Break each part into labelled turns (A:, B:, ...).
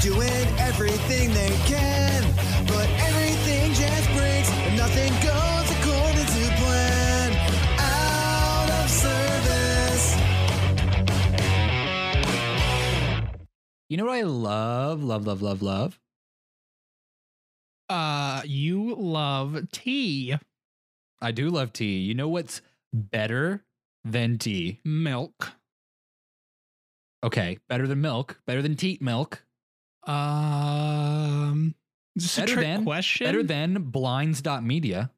A: doing everything they can, but everything just breaks and nothing goes according to plan. Out of service.
B: You know what I love, love, love, love, love?
C: Uh, you love tea,
B: I do love tea. You know what's better than tea?
C: milk.
B: Okay, better than milk, better than teat milk,
C: Um, is this
B: Better
C: a trick
B: than-
C: question?
B: better than blinds.media.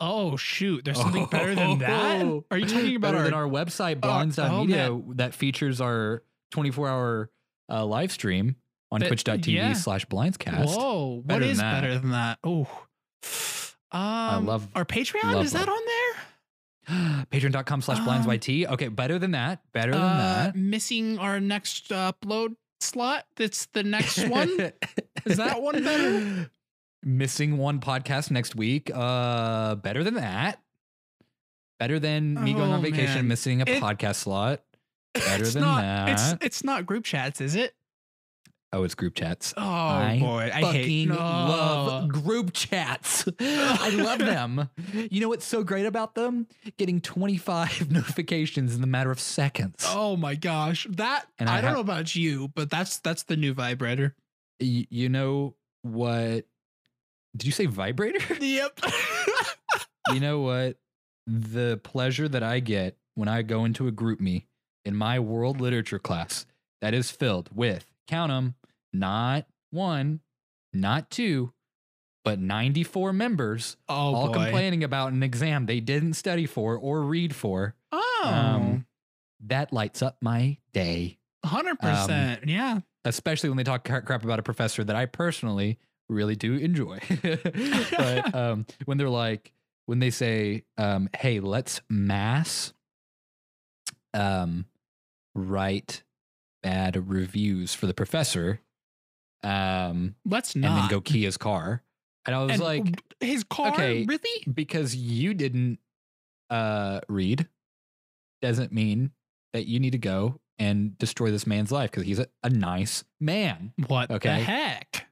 C: Oh shoot! There's something better than that.
B: Oh.
C: Are you talking about
B: better
C: our?
B: than our website
C: our-
B: blinds.media
C: oh,
B: that features our 24-hour uh, live stream on
C: That-
B: twitch.tv
C: yeah.
B: slash blindscast.
C: Whoa!
B: Better
C: what
B: than
C: is
B: that.
C: better than that? Oh, um, I
B: love-
C: our Patreon.
B: love
C: is that
B: love.
C: on there?
B: Patreon.com slash
C: Um,
B: blindsyt. Okay, better than that, better than
C: Uh,
B: that.
C: missing our next upload slot. That's the next one. Is that one better?
B: Missing one podcast next week. Uh, better than that. Better than me going
C: Oh,
B: on vacation
C: man.
B: and missing a
C: It-
B: podcast slot. Better
C: it's
B: than
C: not,
B: that.
C: It's it's not group chats, is it?
B: oh, it's group chats.
C: Oh
B: I
C: boy, I
B: fucking
C: hate no.
B: love group chats. I love them. You know what's so great about them? Getting 25 notifications in the matter of seconds.
C: Oh my gosh, that
B: And
C: I,
B: I
C: don't
B: ha-
C: know about you, but that's that's the new vibrator.
B: Y- you know what? Did you say vibrator?
C: Yep.
B: you know what? The pleasure that I get when I go into a group me in my world literature class that is filled with, count them, not one, not two, but 94 members
C: oh
B: all
C: boy.
B: complaining about an exam they didn't study for or read for.
C: Oh,
B: Um, That lights up my day,
C: 100%.
B: um,
C: yeah.
B: especially when they talk cra- crap about a professor that I personally really do enjoy. but um, when they're like, when they say, um, hey, let's mass um, write bad reviews for the professor um,
C: Let's
B: and
C: not.
B: then go key his car. And I was
C: And
B: like,
C: w- his car,
B: okay.
C: really?
B: because you didn't uh read doesn't mean that you need to go and destroy this man's life because he's a, a nice man
C: What the
B: Okay.
C: heck?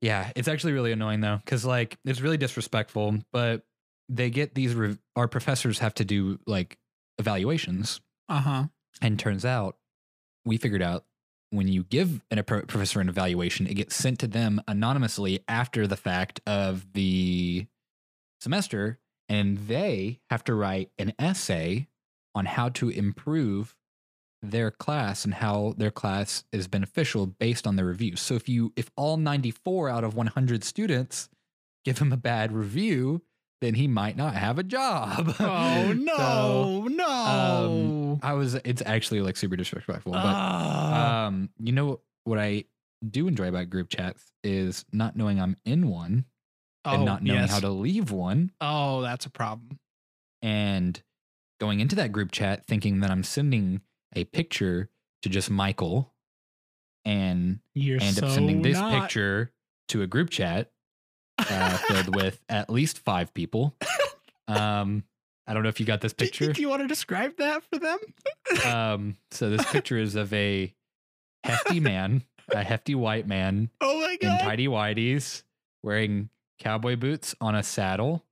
B: yeah it's actually really annoying though because like it's really disrespectful but they get these rev- our professors have to do like evaluations
C: Uh huh.
B: and turns out we figured out when you give an, a pro- professor an evaluation it gets sent to them anonymously after the fact of the semester and they have to write an essay on how to improve their class and how their class is beneficial based on their review. So if you if all 94 out of 100 students give him a bad review, then he might not have a job.
C: Oh,
B: So
C: no. no.
B: I was it's actually like super disrespectful, um, but
C: Ah.
B: um, you know what I do enjoy about group chats is not knowing I'm in one uh, and
C: oh,
B: not knowing
C: yes.
B: how to leave one
C: Oh, that's a problem.
B: and going into that group chat thinking that I'm sending a picture to just Michael and
C: You're
B: end
C: so
B: up sending this
C: not.
B: picture to a group chat uh, filled with at least five people. Um, I don't know if you got this
C: Do you-
B: picture.
C: Do you want to describe that for them?
B: Um, so this picture is of a hefty man, a hefty white man
C: Oh my
B: in
C: god.
B: tidy whities, wearing cowboy boots on a saddle,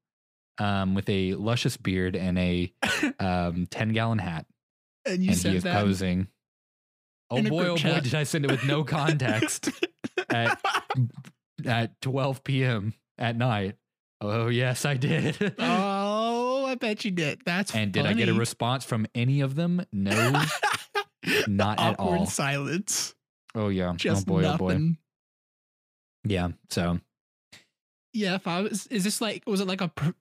B: um, with a luscious beard and a um, ten gallon hat,
C: and you
B: and he
C: said
B: is
C: that.
B: posing. Oh
C: in a
B: boy,
C: group
B: oh boy,
C: chat.
B: did I send it with no context at at 12 p.m. at night. Oh yes, I did.
C: oh, I bet you did. That's
B: and did I get a
C: funny.
B: response from any of them? No, not at
C: Awkward
B: all.
C: silence.
B: Oh yeah.
C: Just
B: oh boy,
C: nothing.
B: oh boy. Yeah. So
C: Yeah, if I was, is this like, was it like a pro-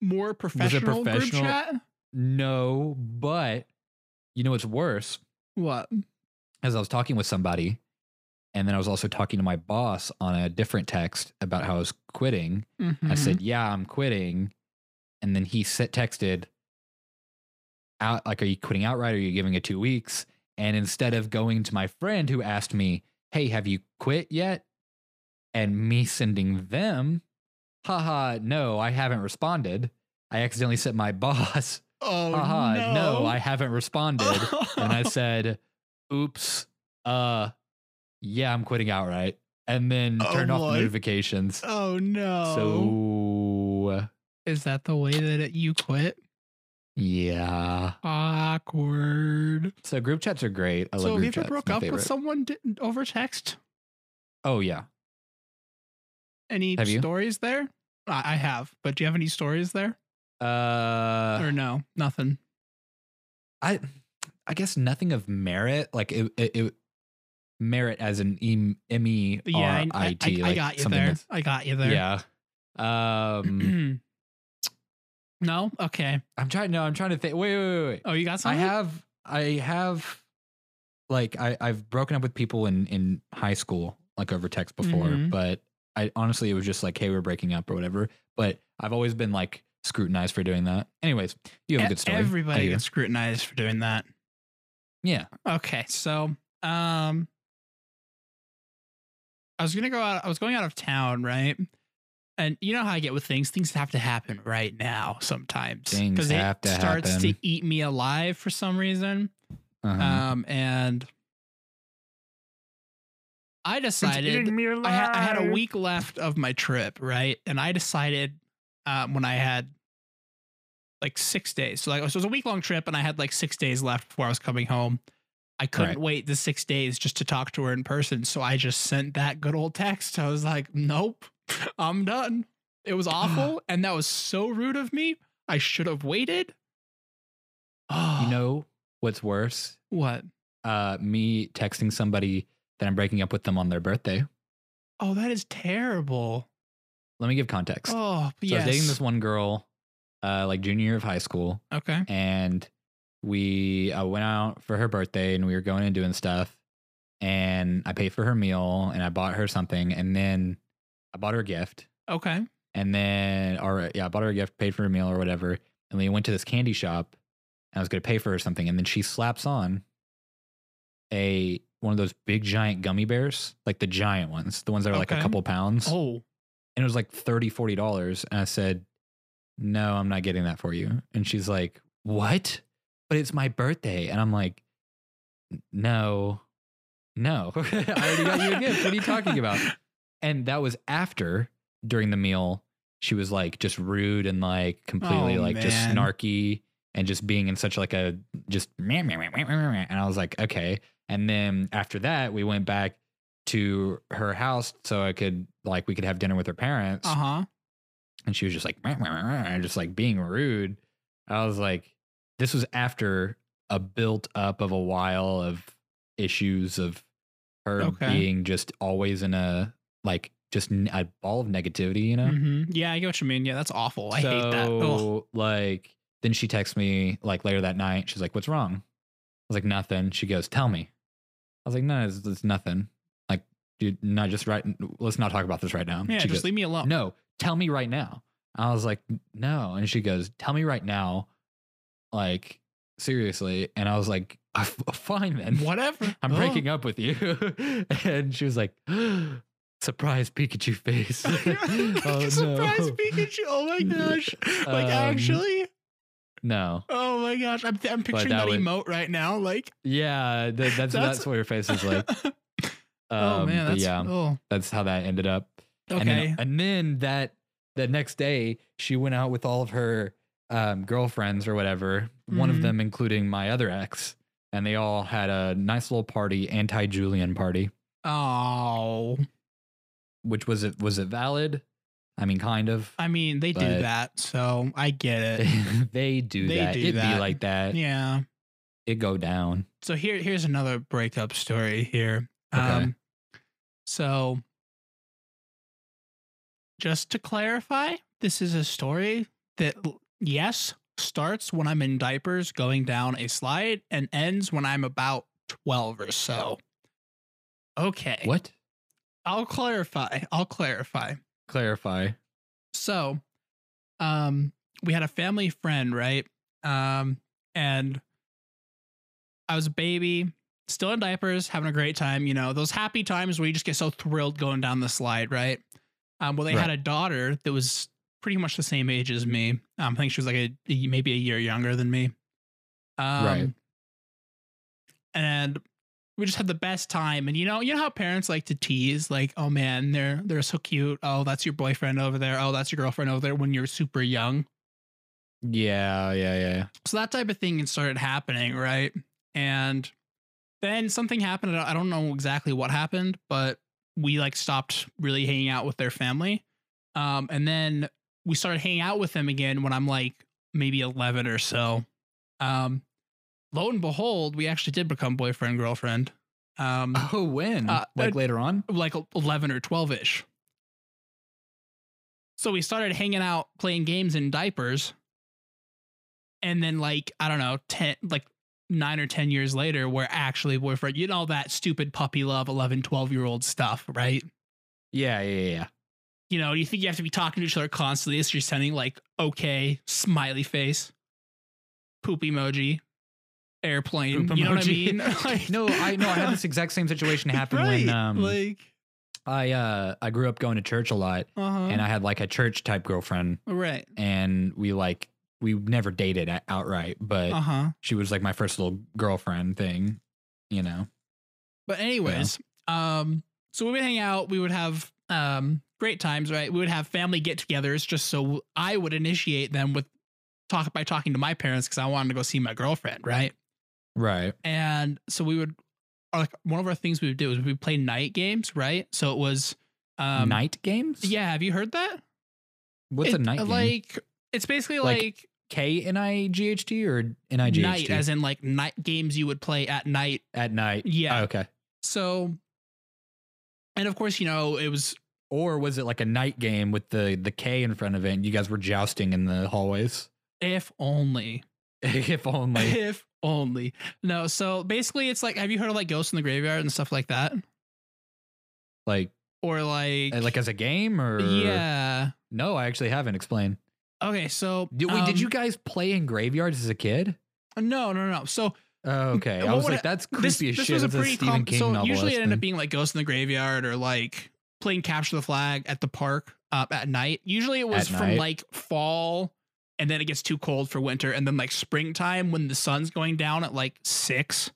C: more professional,
B: professional-
C: group chat?
B: no, but you know what's worse?
C: What?
B: As I was talking with somebody, and then I was also talking to my boss on a different text about how I was quitting.
C: Mm-hmm.
B: I said, "Yeah, I'm quitting," and then he said, texted, "Out like, are you quitting outright? Or are you giving it two weeks?" And instead of going to my friend who asked me, "Hey, have you quit yet?" and me sending them, "Haha, no, I haven't responded. I accidentally sent my boss,
C: "Oh
B: haha,
C: no.
B: no, I haven't responded." and I said, "Oops, uh, yeah, I'm quitting outright, and then
C: Oh,
B: turn off the
C: boy.
B: notifications.
C: Oh no. Oh.
B: So
C: is that the way that it, you quit?
B: yeah,
C: Awkward.
B: so group chats are great. I
C: so
B: love
C: have you
B: group
C: ever
B: chats.
C: broke
B: My
C: up with
B: favorite.
C: someone di- over text?
B: Oh yeah,
C: Any
B: Have you?
C: stories there? I, I have, but do you have any stories there?
B: uh,
C: or no, nothing.
B: I I guess nothing of merit. Like it, it, it merit as an em- M E
C: Yeah,
B: R
C: I, I-
B: I T.
C: I- I
B: like
C: got you
B: something
C: there.
B: that's-
C: I got you there.
B: Yeah. Um,
C: no? Okay.
B: I'm trying. No, I'm trying to think. Wait, wait, wait, wait.
C: Oh, you got
B: I
C: something?
B: have. I have. Like I, I've broken up with people in in high school, like over text before.
C: Mhm.
B: But I honestly, it was just like, hey, we're breaking up or whatever. But I've always been like scrutinized for doing that. Anyways, you have a
C: E-
B: good story. I
C: Everybody
B: do.
C: gets scrutinized for doing that.
B: yeah.
C: Okay, so um I was gonna go out I was going out of town, right? And you know how I get with things, things have to happen right now sometimes.
B: Things
C: 'cause it
B: have to
C: starts
B: happen.
C: to eat me alive for some reason.
B: Uh-huh.
C: Um and I decided I, ha- I had a week left of my trip, right? And I decided um, when I had like six days. So like so it was a week long trip, and I had like six days left before I was coming home. I couldn't
B: Right.
C: wait the six days just to talk to her in person, so I just sent that good old text. I was like, "Nope, I'm done." It was awful, and that was so rude of me. I should have waited. Oh,
B: you know what's worse?
C: what?
B: Uh, me texting somebody that I'm breaking up with them on their birthday.
C: Oh, that is terrible.
B: Let me give context.
C: Oh,
B: So I was dating
C: yes.
B: this one girl, uh, like junior year of high school,
C: Okay.
B: and we uh, went out for her birthday, and we were going and doing stuff. And I paid for her meal, and I bought her something, and then I bought her a gift,
C: Okay.
B: and then or yeah, I bought her a gift, paid for her meal or whatever, and we went to this candy shop, and I was going to pay for her something, and then she slaps on a one of those big giant gummy bears, like the giant ones, the ones that are like a
C: Okay.
B: couple pounds
C: Oh.
B: and it was like 30 40 dollars and i said no i'm not getting that for you and she's like what but it's my birthday and i'm like no no i already got you a gift what are you talking about and that was after during the meal she was like just rude and like completely
C: Oh,
B: like just
C: man.
B: snarky and just being in such like a just meh, meh, meh, meh, meh, meh. and i was like okay and then after that we went back to her house so i could like we could have dinner with her parents
C: Uh huh.
B: and she was just like meh, meh, meh, meh, and just like being rude i was like this was after a built up of a while of issues of her
C: Okay.
B: being just always in a like just n- a ball of negativity you know
C: hmm Yeah, I get what you mean. Yeah, that's awful. I hate that. Ugh.
B: So, like then she texts me like later that night she's like what's wrong i was like nothing she goes tell me i was like no it's, it's nothing like dude not just right let's not talk about this right now
C: Yeah,
B: she
C: just
B: goes,
C: leave me alone.
B: no, tell me right now. I was like, no. And she goes, tell me right now. Like, seriously. And I was like, "F- fine then.
C: Whatever.
B: I'm breaking up with you. and she was like, surprise Pikachu face. Oh,
C: Surprise
B: no.
C: Pikachu. Oh my gosh. Like
B: Um,
C: actually.
B: No.
C: Oh my gosh. I'm, I'm picturing
B: that
C: that,
B: would-
C: emote right now. Like
B: Yeah, th- that's,
C: That's-
B: that's what your face is like.
C: oh
B: Um,
C: man,
B: but
C: that's
B: yeah,
C: oh.
B: that's how that ended up.
C: Okay.
B: And then, and then that the next day, she went out with all of her um, girlfriends or whatever. One of
C: Mhm.
B: them, including my other ex, and they all had a nice little party, anti Julian party.
C: oh.
B: Which was it? Was it valid? I mean, kind of.
C: I mean, they do
B: But-
C: that, so I get it.
B: they do
C: They
B: that.
C: do
B: It'd
C: that.
B: be like that.
C: yeah.
B: It go down.
C: So here here's another breakup story here.
B: Okay.
C: Um so just to clarify, this is a story that l- yes, starts when I'm in diapers going down a slide and ends when I'm about 12 or so. Okay.
B: What?
C: I'll clarify. I'll clarify.
B: Clarify.
C: So, um, we had a family friend, right? Um, and I was a baby, still in diapers, having a great time. You know, those happy times where you just get so thrilled going down the slide, right? Um, well, they had a daughter that was pretty much the same age as me. Um, I think she was like a a- maybe a year younger than me. Um,
B: Right.
C: And we just had the best time. And you know, you know how parents like to tease, like, oh man, they're they're so cute. Oh, that's your boyfriend over there. Oh, that's your girlfriend over there when you're super young.
B: Yeah, yeah, yeah.
C: So that type of thing started happening, right? And then something happened. I don't know exactly what happened, but we like stopped really hanging out with their family. Um, and then we started hanging out with them again when I'm like maybe 11 or so. Um, lo and behold, we actually did become boyfriend girlfriend. Um,
B: Oh, when?
C: Uh,
B: like
C: uh,
B: later on?
C: like 11 or 12 ish. So we started hanging out playing games in diapers. And then, like, I don't know, 10, like nine or 10 years later, we're actually boyfriend. You know, that stupid puppy love 11, 12 year old stuff, right?
B: Yeah, yeah, yeah, yeah.
C: You know, you think you have to be talking to each other constantly. So you're sending like, okay, smiley face, poop emoji, airplane.
B: Poop
C: you know what I
B: emoji.
C: mean? Like-
B: No, I no, I had this exact same situation happen when
C: Right,
B: um
C: like,
B: I uh I grew up going to church a lot
C: uh-huh.
B: and I had like a church type girlfriend
C: right.
B: and we like we never dated o- outright, but
C: Uh huh.
B: she was like my first little girlfriend thing, you know.
C: But anyways, um, so we would hang out. We would have um great times, right? We would have family get-togethers, just so I would initiate them with talk by talking to my parents because I wanted to go see my girlfriend, right?
B: Right.
C: And so we would, or like one of our things we would do is we would play night games, right? So it was um
B: night games?
C: Yeah, have you heard that?
B: What's a
C: It- uh,
B: night game?
C: Like it's basically
B: Like
C: like,
B: K N I G H T or N I G H
C: night,
B: T
C: as in like night games you would play at night
B: at night.
C: Yeah.
B: Oh, okay.
C: So, and of course, you know, it was
B: Or was it like a night game with the the K in front of it and you guys were jousting in the hallways?
C: if only,
B: if only.
C: if only. No, so basically, it's like, have you heard of like Ghosts in the Graveyard and stuff like that,
B: like eh,
C: or like,
B: like as a game or
C: yeah?
B: No, I actually haven't explained.
C: Okay, so
B: Did, wait, did
C: um,
B: you guys play in graveyards as a kid?
C: No, no, no. So
B: Oh, okay. I
C: well,
B: was
C: what
B: like,
C: I-
B: that's creepy
C: this,
B: as
C: this
B: shit.
C: was a
B: That's
C: pretty
B: Stephen
C: comp.
B: King
C: So
B: novel.
C: usually it ended up
B: thing.
C: being like Ghosts in the Graveyard or like playing Capture the Flag at the park uh, at night. Usually it was
B: At
C: from
B: night.
C: like fall. And then it gets too cold for winter, and then like springtime when the sun's going down at like six.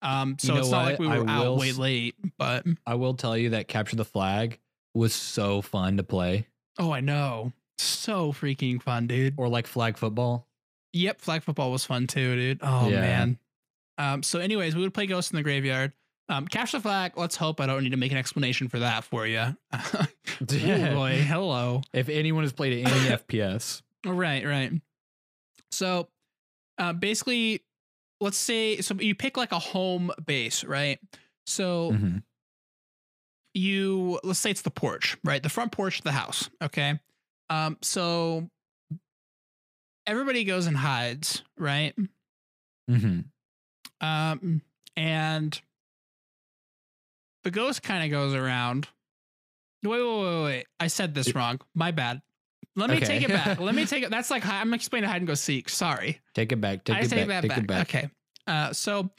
C: Um, so
B: know
C: it's not like
B: what?
C: we
B: I
C: were out
B: will
C: way
B: s-
C: late, but
B: I will tell you that Capture the Flag was so fun to play,
C: oh, I know, so freaking fun, dude.
B: or like flag football.
C: Yep, flag football was fun too, dude. Oh
B: Yeah.
C: man. Um, so, anyways, we would play Ghost in the Graveyard. Um, Capture the Flag. Let's hope I don't need to make an explanation for that for you. boy, hello.
B: if anyone has played any FPS,
C: Right, right. So, uh, basically, let's say so you pick like a home base, right? So
B: Mhm.
C: you let's say it's the porch, right? The front porch of the house. Okay. Um, so everybody goes and hides, right?
B: Mhm.
C: Um, and the ghost kind of goes around. Wait, wait, wait, wait. I said this wrong. My bad. Let me
B: Okay.
C: take it back. Let me take it. That's like hi- I'm explaining hide and go seek. Sorry.
B: take it back. Take
C: I
B: it
C: take
B: back.
C: that
B: take
C: back.
B: it back.
C: Okay. Uh, so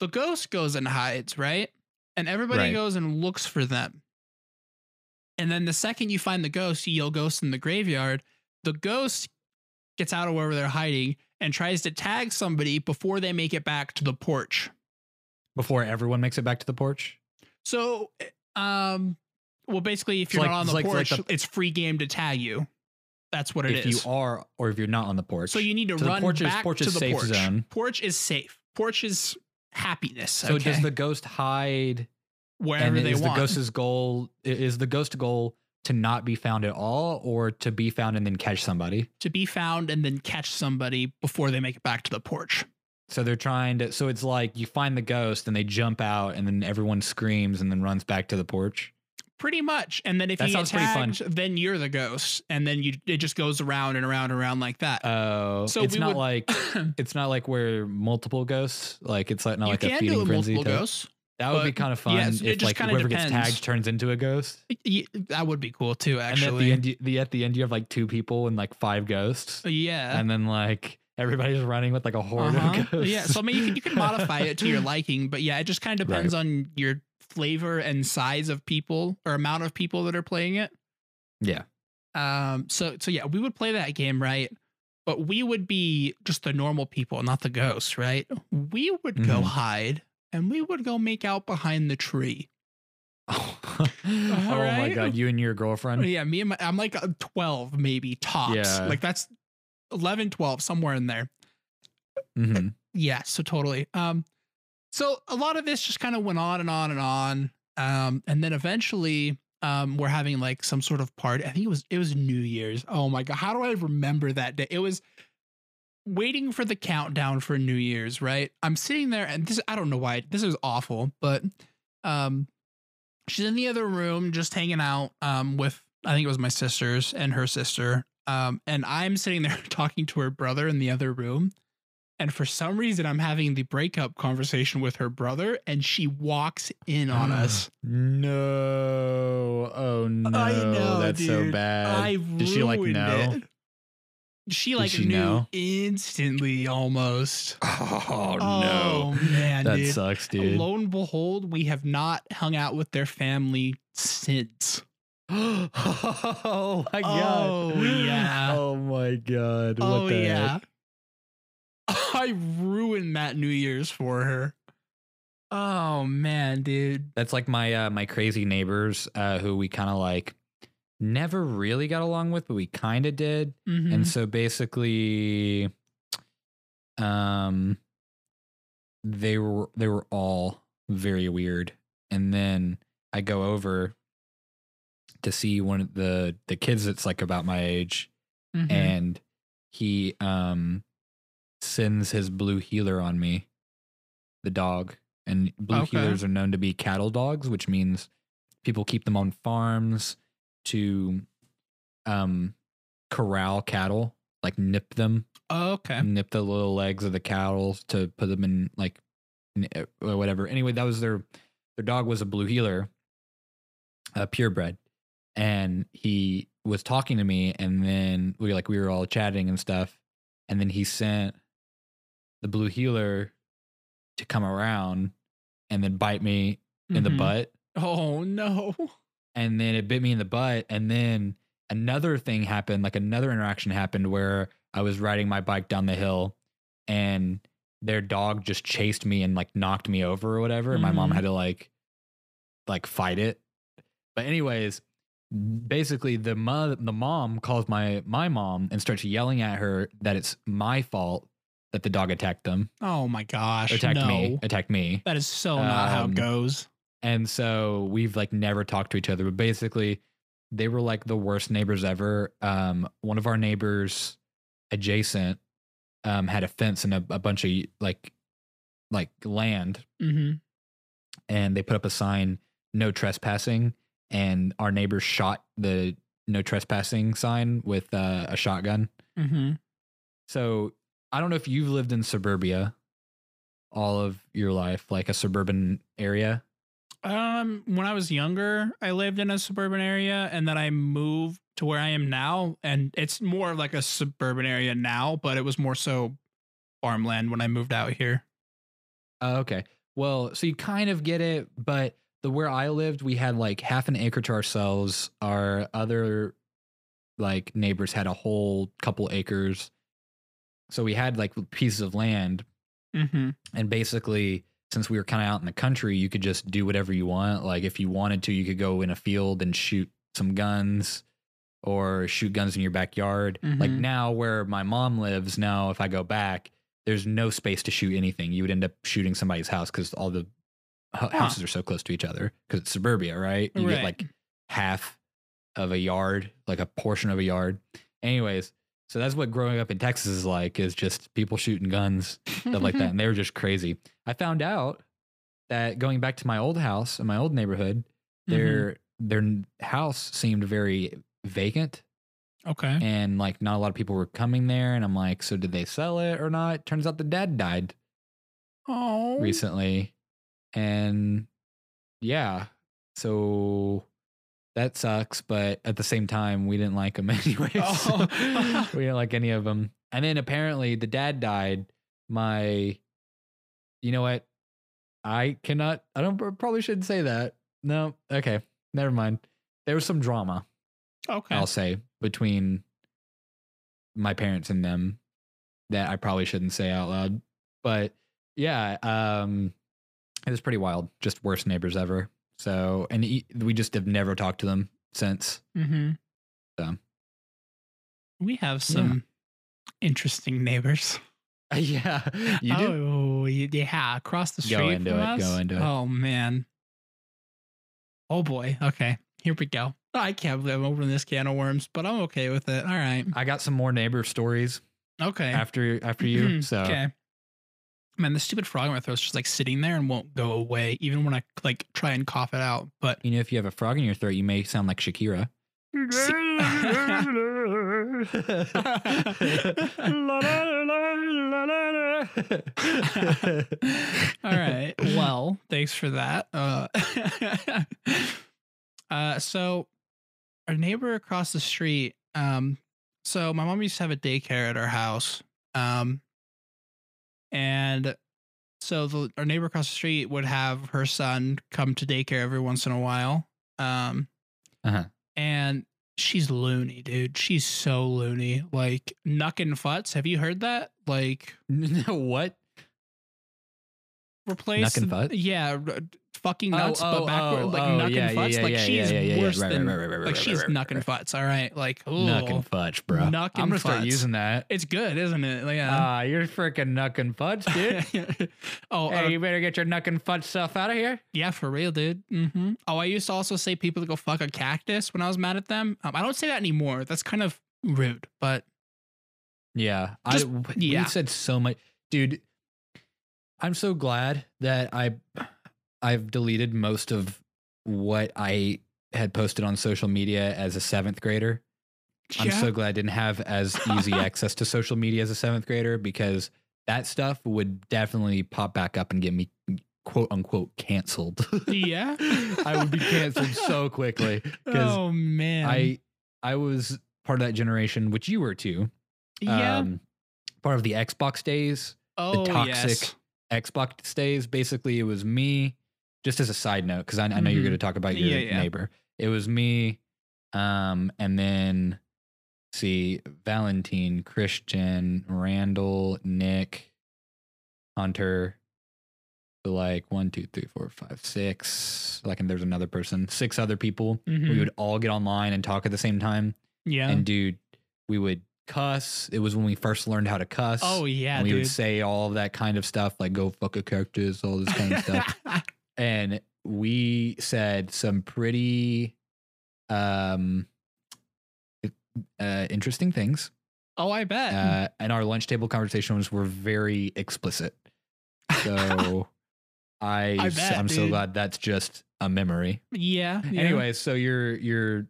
C: the ghost goes and hides, right? And everybody
B: Right.
C: goes and looks for them. And then the second you find the ghost, you yell ghost in the graveyard. The ghost gets out of wherever they're hiding and tries to tag somebody before they make it back to the porch.
B: Before everyone makes it back to the porch.
C: So, um, well, basically, if
B: It's
C: you're
B: like-
C: not on
B: it's
C: the
B: like- it's like
C: porch, it's free game to tag you. That's what it
B: if
C: is.
B: you are, or if you're not on the porch.
C: so you need to
B: So the
C: run
B: porch is-
C: back
B: porch
C: to
B: is
C: the
B: safe
C: porch.
B: zone.
C: Porch is safe. Porch is happiness.
B: So
C: okay?
B: does the ghost hide?
C: wherever
B: and
C: they
B: is
C: want.
B: the ghost's goal i- is the ghost goal to not be found at all, or to be found and then catch somebody?
C: to be found and then catch somebody before they make it back to the porch.
B: So they're trying to. So it's like you find the ghost, and they jump out, and then everyone screams, and then runs back to the porch.
C: Pretty much. And then if
B: That
C: you get
B: sounds pretty fun.
C: tagged, then you're the ghost. And then you it just goes around and around and around like that.
B: Oh,
C: So
B: so it's
C: we
B: not
C: would-
B: like it's not like we're multiple ghosts. Like it's like not
C: you
B: like a
C: can
B: feeding
C: do a
B: frenzy.
C: multiple
B: type.
C: ghosts.
B: That would be
C: but-
B: kind of fun
C: yeah, so it
B: if
C: just
B: like
C: kinda
B: whoever gets
C: depends.
B: tagged turns into a ghost.
C: Y- That would be cool too, actually.
B: And at the end, you, the at the end you have like two people and like five ghosts,
C: yeah.
B: and then like everybody's running with like a horde
C: Uh-huh.
B: of ghosts.
C: Yeah, so I mean, you can, you can modify it to your liking, but yeah, it just kind of depends on your flavor and size of people or amount of people that are playing it.
B: Yeah.
C: Um. So so yeah, we would play that game, right? But we would be just the normal people, not the ghosts, right? We would go
B: Mhm.
C: hide and we would go make out behind the tree.
B: Oh, my
C: right.
B: god, you and your girlfriend.
C: Yeah, me and my, I'm like uh, 12 maybe tops.
B: Yeah.
C: Like that's 11, 12 somewhere in there.
B: Mhm.
C: Yeah, so totally. Um so a lot of this just kind of went on and on and on. Um and then eventually um we're having like some sort of party. I think it was it was New Year's. Oh my god, how do I remember that day? It was waiting for the countdown for New Year's, right? I'm sitting there and this I don't know why. This is awful, but um she's in the other room just hanging out um with I think it was my sisters and her sister. Um and I'm sitting there talking to her brother in the other room. And for some reason, I'm having the breakup conversation with her brother, and she walks in on
B: Ah.
C: us.
B: No. Oh no.
C: know,
B: That's so
C: dude.
B: bad.
C: I
B: Did she like
C: ruined
B: know?
C: it. She like
B: she
C: knew
B: know?
C: instantly, almost.
B: Oh,
C: Oh, man,
B: That
C: dude.
B: sucks, dude.
C: Lo and behold, we have not hung out with their family since.
B: oh my god.
C: Oh, yeah.
B: Oh my god.
C: oh
B: what the
C: yeah,
B: heck?
C: I ruined that New Year's for her. Oh man, dude.
B: That's like my uh, my crazy neighbors uh, who we kind of like never really got along with, but we kind of did.
C: Mhm.
B: And so basically um they were they were all very weird. And then I go over to see one of the the kids that's like about my age
C: Mhm.
B: and he um sends his blue healer on me the dog and blue
C: Okay.
B: healers are known to be cattle dogs which means people keep them on farms to um corral cattle like nip them
C: oh, okay.
B: nip the little legs of the cattle to put them in like in, or whatever anyway that was their their dog was a blue healer a purebred and he was talking to me and then we like we were all chatting and stuff and then he sent the blue healer to come around and then bite me in the
C: Mhm.
B: butt
C: Oh no.
B: and then it bit me in the butt and then another thing happened like another interaction happened where i was riding my bike down the hill and their dog just chased me and like knocked me over or whatever and my mom
C: Mhm.
B: had to like like fight it but anyways basically the mo- the mom calls my my mom and starts yelling at her that it's my fault that the dog attacked them
C: Oh my gosh.
B: attacked
C: no.
B: me attacked me
C: That is so not how
B: Um,
C: it goes.
B: and so we've like never talked to each other, but basically they were like the worst neighbors ever. Um, one of our neighbors adjacent um, had a fence and a, a bunch of like like land
C: Mm-hmm.
B: and they put up a sign no trespassing and our neighbor shot the no trespassing sign with uh, a shotgun.
C: Mm-hmm.
B: So I don't know if you've lived in suburbia all of your life, like a suburban area.
C: Um, when I was younger, I lived in a suburban area, and then I moved to where I am now, and it's more of like a suburban area now, but it was more so farmland when I moved out here.
B: Oh, okay. Well, so you kind of get it, but the where I lived, we had like half an acre to ourselves. Our other like neighbors had a whole couple acres. So we had like pieces of land
C: Mm-hmm.
B: and basically since we were kind of out in the country, you could just do whatever you want. Like if you wanted to, you could go in a field and shoot some guns or shoot guns in your backyard. Like
C: Mhm.
B: now where my mom lives, now if I go back, there's no space to shoot anything. You would end up shooting somebody's house cuz all the h- houses are so close to each other cuz it's suburbia, right? You
C: right.
B: get like half of a yard, like a portion of a yard. Anyways, so that's what growing up in Texas is like is just people shooting guns stuff like that. And they were just crazy. I found out that going back to my old house in my old neighborhood, their their n- house seemed very vacant
C: Mhm. Okay.
B: and like not a lot of people were coming there. And I'm like, so did they sell it or not? Turns out the dad died
C: Oh.
B: recently. And yeah. So that sucks, but at the same time, we didn't like them anyways.
C: Oh.
B: we didn't like any of them. And then apparently the dad died. My, you know what? I cannot, I don't, probably shouldn't say that. No. Okay. Never mind. There was some drama,
C: Okay.
B: I'll say, between my parents and them that I probably shouldn't say out loud. But yeah. Um, It was pretty wild. Just worst neighbors ever. So, and e- we just have never talked to them since.
C: Mm-hmm.
B: So.
C: We have some interesting neighbors.
B: yeah, you do.
C: oh, y- yeah, across the
B: Go
C: street
B: into
C: from
B: it,
C: us.
B: go into it.
C: Oh man. Oh boy. Okay, here we go. I can't believe I'm opening this can of worms, but I'm okay with it. All right.
B: I got some more neighbor stories
C: Okay. Mm-hmm.
B: after after you. So
C: Okay. Man, the stupid frog in my throat's just like sitting there and won't go away, even when I like try and cough it out. But
B: you know, if you have a frog in your throat, you may sound like Shakira.
C: All right. Well, thanks for that. Uh, uh, so, our neighbor across the street. Um, so my mom used to have a daycare at our house. Um, and so the, our neighbor across the street would have her son come to daycare every once in a while. Um,
B: Uh-huh.
C: and she's loony, dude. She's so loony. Like Nuck and Futz. Have you heard that? Like
B: No, what?
C: replace
B: Nuck and Futz?
C: Yeah, r- fucking nuts, but backward, like
B: oh,
C: nuck and futz. like she's worse
B: Right, right,
C: than
B: right, right, right, right,
C: like
B: right,
C: she's
B: right,
C: nuck and
B: right,
C: futz. All right, like
B: right. Nuck
C: ooh.
B: and fudge, bro.
C: Nuck
B: I'm
C: and
B: gonna start
C: fudge.
B: using that.
C: it's good, isn't it? Like, Yeah.
B: Ah, you're freaking nuck and fudge, dude.
C: oh,
B: Ah.
C: uh,
B: hey, you better get your nuck and fudge stuff out of here.
C: yeah, for real, dude. hmm Oh, I used to also say people that go fuck a cactus when I was mad at them. Um, I don't say that anymore. That's kind of rude, but
B: Yeah.
C: Just-
B: I w-
C: yeah.
B: we said so much dude. I'm so glad that I I've deleted most of what I had posted on social media as a seventh grader. I'm
C: yeah.
B: so glad I didn't have as easy access to social media as a seventh grader because that stuff would definitely pop back up and get me quote unquote canceled.
C: yeah.
B: I would be canceled so quickly because
C: Oh man.
B: I I was part of that generation, which you were too.
C: yeah.
B: Um, part of the Xbox days.
C: oh
B: toxic-
C: yes.
B: Xbox days, basically, it was me. Just as a side note, because I, I know you're
C: Mhm.
B: going to talk about your
C: Yeah, yeah.
B: neighbor. It was me, um, and then see Valentine, Christian, Randall, Nick, Hunter. So like one, two, three, four, five, six. Like, and there's another person, six other people.
C: Mhm.
B: We would all get online and talk at the same time.
C: Yeah.
B: And dude, we would cuss. It was when we first learned how to cuss.
C: oh yeah,
B: And we
C: dude.
B: would say all of that kind of stuff, like go fuck a characters, all this kind of stuff. And we said some pretty um uh interesting things.
C: oh, I bet.
B: Uh and our lunch table conversations were very explicit. So I,
C: I bet,
B: I'm so
C: dude.
B: glad that's just a memory.
C: yeah, yeah.
B: Anyway, so your your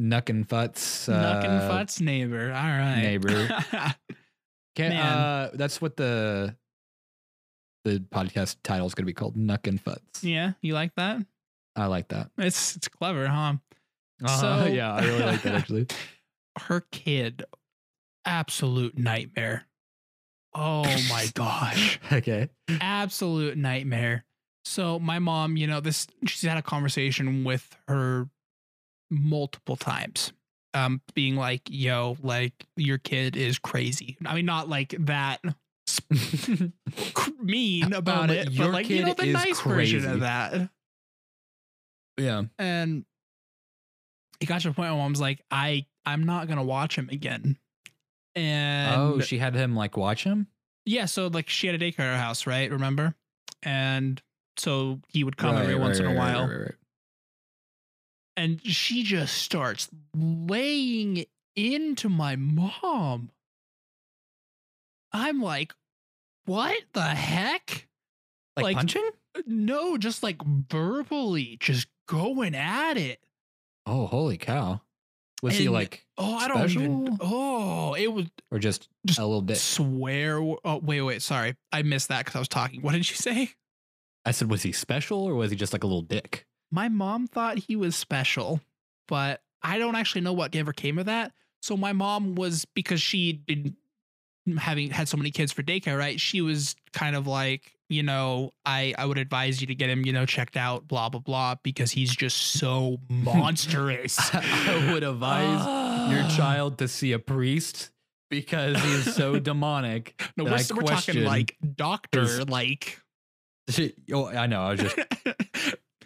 B: Nuck and Futz
C: Nuck and
B: uh,
C: Futz neighbor. All right.
B: neighbor. Can,
C: Man.
B: uh, that's what the the podcast title is going to be called Nuck and Futz.
C: yeah, you like that?
B: I like that.
C: It's it's clever, huh?
B: Uh,
C: So-
B: yeah, I really like that actually.
C: Her kid, absolute nightmare. Oh my gosh.
B: okay.
C: Absolute nightmare. So my mom, you know, this she's had a conversation with her multiple times. Um, being like, yo, like your kid is crazy. I mean, not like that cr- mean
B: Oh,
C: about
B: but
C: it,
B: your
C: but like you know
B: kid
C: the
B: is
C: nice version
B: crazy.
C: of that.
B: yeah.
C: And it got to a point where mom's like, I I'm not gonna watch him again. And
B: oh, she had him like watch him.
C: yeah, so like she had a daycare at her house, right? Remember? And so he would come
B: Right,
C: every
B: right,
C: once in
B: right,
C: a
B: right,
C: while,
B: right, right.
C: and she just starts laying into my mom. I'm like, what the heck?
B: Like,
C: Like-
B: punching?
C: No, just like verbally, just going at it.
B: Oh, holy cow! Was he
C: And-
B: like,
C: Oh, I don't
B: Special?
C: even. Oh, it was
B: or just,
C: Just
B: a little bit?
C: swear. w- Oh, wait, wait. Sorry, I missed that because I was talking. What did you say?
B: I said, was he special or was he just like a little dick?
C: My mom thought he was special, but I don't actually know what ever came of that. So my mom was because she'd been having had so many kids for daycare, right? She was kind of like, you know, I I would advise you to get him, you know, checked out, blah blah blah, because he's just so monstrous.
B: I would advise your
C: Ah.
B: child to see a priest because he is so demonic.
C: No,
B: that
C: we're,
B: I
C: s- we're talking
B: question
C: like doctor,
B: is-
C: like
B: oh, I know. I was just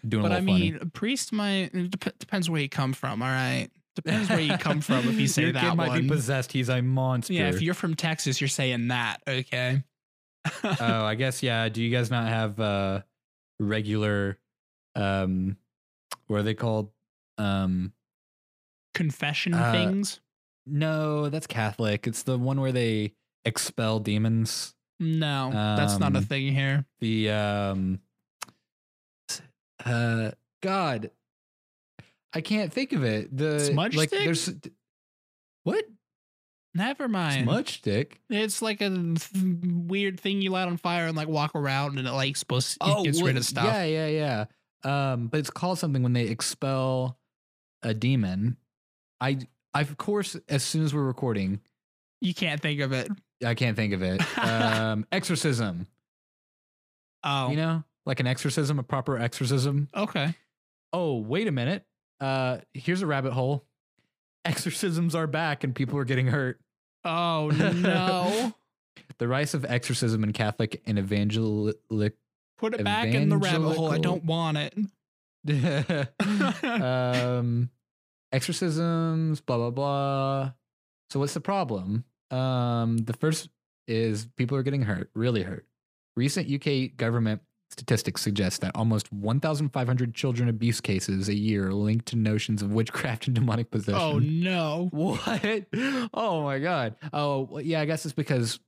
B: doing
C: but
B: a little
C: I mean, a priest might it dep- depends where you come from. All right,
B: funny.
C: depends where you come from. If you say
B: Your
C: that
B: kid
C: one,
B: might be possessed. He's a monster.
C: yeah. If you're from Texas, you're saying that. Okay.
B: oh, I guess yeah. Do you guys not have uh regular um what are they called? Um
C: Confession
B: uh,
C: things.
B: no, that's Catholic. It's the one where they expel demons.
C: No, that's not a
B: um,
C: thing here.
B: The um uh God. I can't think of it. The
C: Smudge
B: like
C: stick?
B: there's what?
C: Never mind.
B: Smudge stick?
C: It's like a th- weird thing you light on fire and like walk around and it like supposed it gets rid
B: what-
C: of stuff.
B: Oh, Yeah, yeah, yeah. Um, but it's called something when they expel a demon. I, I of course, as soon as we're recording,
C: You can't think of it.
B: I can't think of it. Um, exorcism,
C: Oh,
B: you know, like an exorcism, a proper exorcism.
C: okay.
B: Oh, wait a minute. Uh, here's a rabbit hole. Exorcisms are back, and people are getting hurt.
C: Oh no.
B: The rise of exorcism in Catholic and evangelic.
C: Put it back in the rabbit hole. I
B: Evangelical-
C: don't want it.
B: um, exorcisms, blah blah blah. So what's the problem? Um, the first is people are getting hurt, really hurt. Recent UK government statistics suggest that almost 1,500 children abuse cases a year are linked to notions of witchcraft and demonic possession.
C: Oh no.
B: What? Oh my god. Oh well, yeah, I guess it's because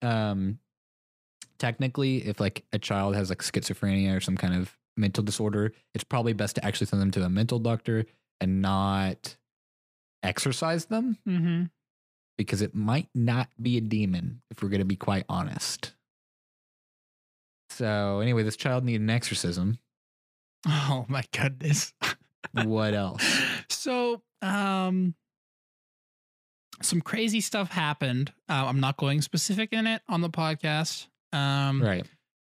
B: um technically if like a child has like schizophrenia or some kind of mental disorder, it's probably best to actually send them to a mental doctor and not exercise them
C: Mm-hmm.
B: because it might not be a demon if we're going to be quite honest. So, anyway, this child needed an exorcism.
C: Oh my goodness.
B: What else?
C: So, um, some crazy stuff happened. Uh, I'm not going specific in it on the podcast. Um,
B: Right.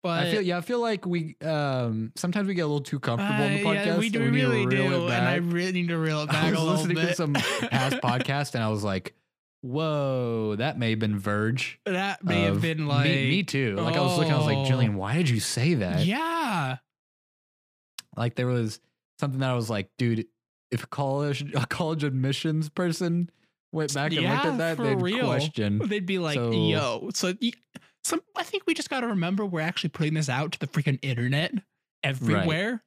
C: but
B: I feel yeah, I feel like we um sometimes we get a little too comfortable on the
C: Uh,
B: podcast.
C: yeah, we do
B: need to
C: really
B: reel it
C: do, and I
B: back.
C: really need to reel it back
B: I was
C: a little
B: listening
C: bit.
B: to some past podcast and I was like, whoa, that may have been Verge.
C: that may have
B: of
C: been like
B: me, me too. Like I was looking, I was like,
C: oh.
B: Jillian, why did you say that?
C: yeah,
B: Like there was something that I was like, dude, if a college a college admissions person went back and looked
C: Yeah,
B: at that,
C: for
B: they'd
C: real.
B: question.
C: they'd be like,
B: So-
C: yo. So, y- some I think we just got to remember we're actually putting this out to the freaking internet everywhere.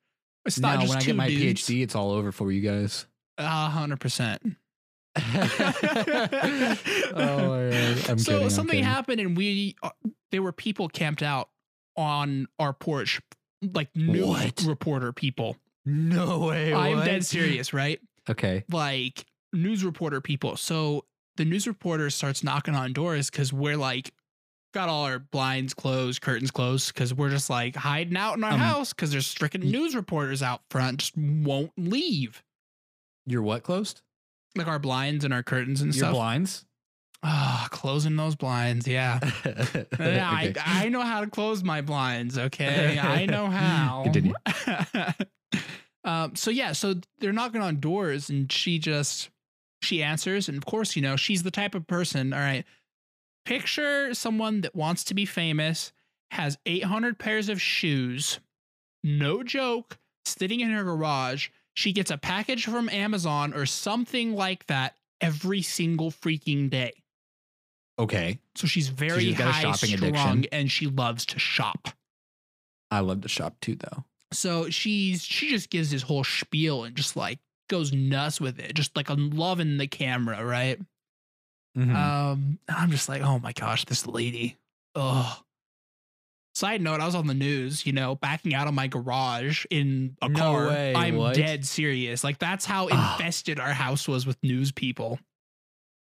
C: It's not
B: Now
C: just
B: when I
C: two
B: get my
C: dudes.
B: PhD, it's all over for you guys.
C: A hundred percent.
B: oh my God. I'm
C: so
B: kidding, I'm
C: something
B: kidding.
C: happened, and we uh, there were people camped out on our porch, like news
B: What?
C: reporter people.
B: No way.
C: I'm
B: what?
C: dead serious, right?
B: Okay.
C: Like news reporter people. So the news reporter starts knocking on doors because we're like got all our blinds closed, curtains closed, because we're just like hiding out in our
B: Um,
C: house because there's stricken
B: y-
C: news reporters out front, just won't leave.
B: Your what closed?
C: Like our blinds and our curtains and
B: Your
C: stuff.
B: blinds?
C: Ah, closing those blinds. Yeah. Yeah,
B: Okay.
C: I, I know how to close my blinds. Okay. I know how.
B: Continue.
C: um, so, yeah. So they're knocking on doors and she just, she answers. And of course, you know, she's the type of person. All right. Picture someone that wants to be famous, has 800 pairs of shoes. No joke. Sitting in her garage. She gets a package from Amazon or something like that every single freaking day.
B: Okay.
C: So she's very
B: she's got a
C: high
B: shopping
C: strung
B: addiction.
C: and she loves to shop.
B: I love to shop too, though.
C: So she's she just gives this whole spiel and just like goes nuts with it, just like I'm loving the camera, right?
B: Hmm.
C: Um, I'm just like, oh my gosh, this lady. Ugh. Side note: I was on the news, you know, backing out of my garage in a
B: No
C: car.
B: way,
C: I'm
B: what?
C: dead serious. Like that's how
B: Ah.
C: infested our house was with news people.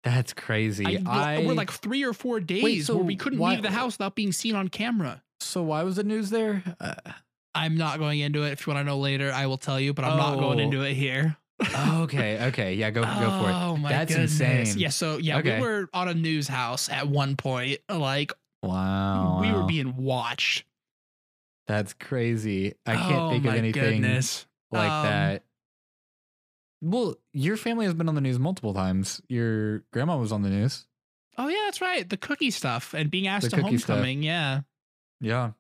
B: That's crazy.
C: I,
B: I,
C: we're like three or four days
B: so
C: where we couldn't
B: why-
C: leave the house without being seen on camera.
B: so why was the news there? Uh,
C: I'm not going into it. If you want to know later, I will tell you, but I'm not going
B: Oh.
C: into it here.
B: okay, okay, yeah, go go for it.
C: Oh my
B: That's
C: goodness.
B: insane.
C: Yeah, so yeah,
B: Okay.
C: we were on a news house at one point. Like
B: Wow,
C: we were
B: Oh, wow.
C: being watched.
B: That's crazy. I can't
C: Oh,
B: think of
C: my
B: anything
C: Goodness.
B: like
C: Um,
B: that. Well, your family has been on the news multiple times. Your grandma was on the news.
C: Oh yeah, that's right. The cookie stuff and being asked
B: The
C: to
B: cookie stuff.
C: homecoming. Yeah.
B: Yeah,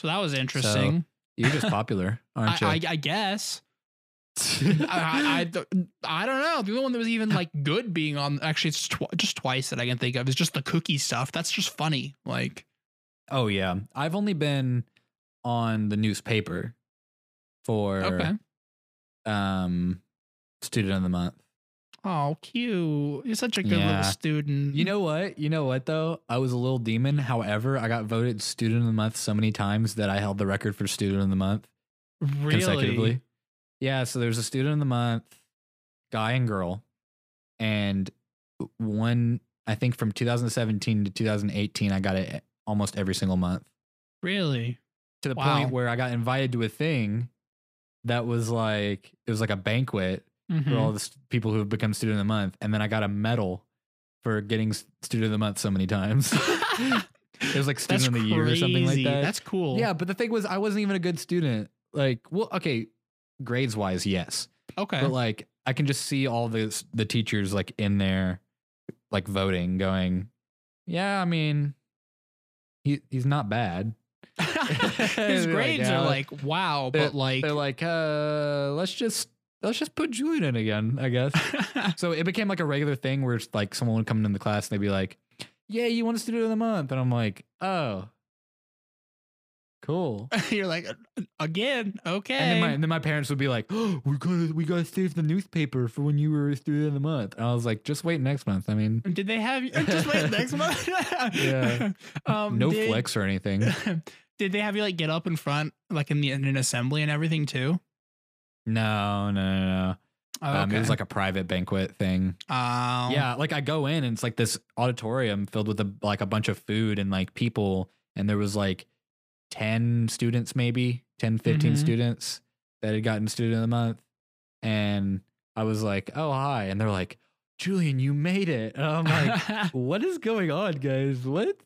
C: So that was interesting.
B: You're just popular, aren't you?
C: I, I, I guess. I, I, I don't- I don't know. The only one that was even like good being on actually it's tw- just twice that I can think of is just the cookie stuff. That's just funny. Like
B: oh yeah, I've only been on the newspaper for
C: okay,
B: um student of the month.
C: oh cute, you're such a good
B: Yeah.
C: little student.
B: You know what? You know what though? I was a little demon. However, I got voted student of the month so many times that I held the record for student of the month
C: really?
B: consecutively. Yeah, so there's a student of the month, guy and girl, and one I think from 2017 to 2018 I got it almost every single month
C: really.
B: to the
C: Wow.
B: point where I got invited to a thing that was like it was like a banquet for
C: Mhm.
B: all the st- people who have become student of the month and then i got a medal for getting s- student of the month so many times it was like student
C: That's
B: of the year or something like
C: crazy.
B: that
C: That's cool.
B: yeah but the thing was i wasn't even a good student like well okay grades wise yes
C: Okay.
B: but like i can just see all the s- the teachers like in there like voting going yeah i mean he, he's not bad
C: His
B: Like,
C: grades
B: yeah,
C: are like wow, but like,
B: they're like uh let's just let's just put julian in again i guess So it became like a regular thing where it's like someone would come into the class and they'd be like, Yeah, you want us to do it in the month? And I'm like, Oh, cool.
C: you're like again. Okay.
B: And then my, and then my parents would be like, oh, we're gonna we gotta save the newspaper for when you were a student of the month. And I was like, just wait next month. I mean,
C: Did they have just wait next month?
B: Yeah.
C: Um,
B: no
C: did-
B: flex or anything.
C: did they have you like get up in front, like in the in an assembly and everything too?
B: No, no, no, no.
C: Oh,
B: Um, it was like a private banquet thing.
C: Oh.
B: Yeah, like I go in and it's like this auditorium filled with a, like a bunch of food and like people and there was like 10 students maybe, 10 15
C: Mhm.
B: students that had gotten student of the month and I was like, "Oh, hi." And they're like, "Julian, you made it." And I'm like, "What is going on, guys? What?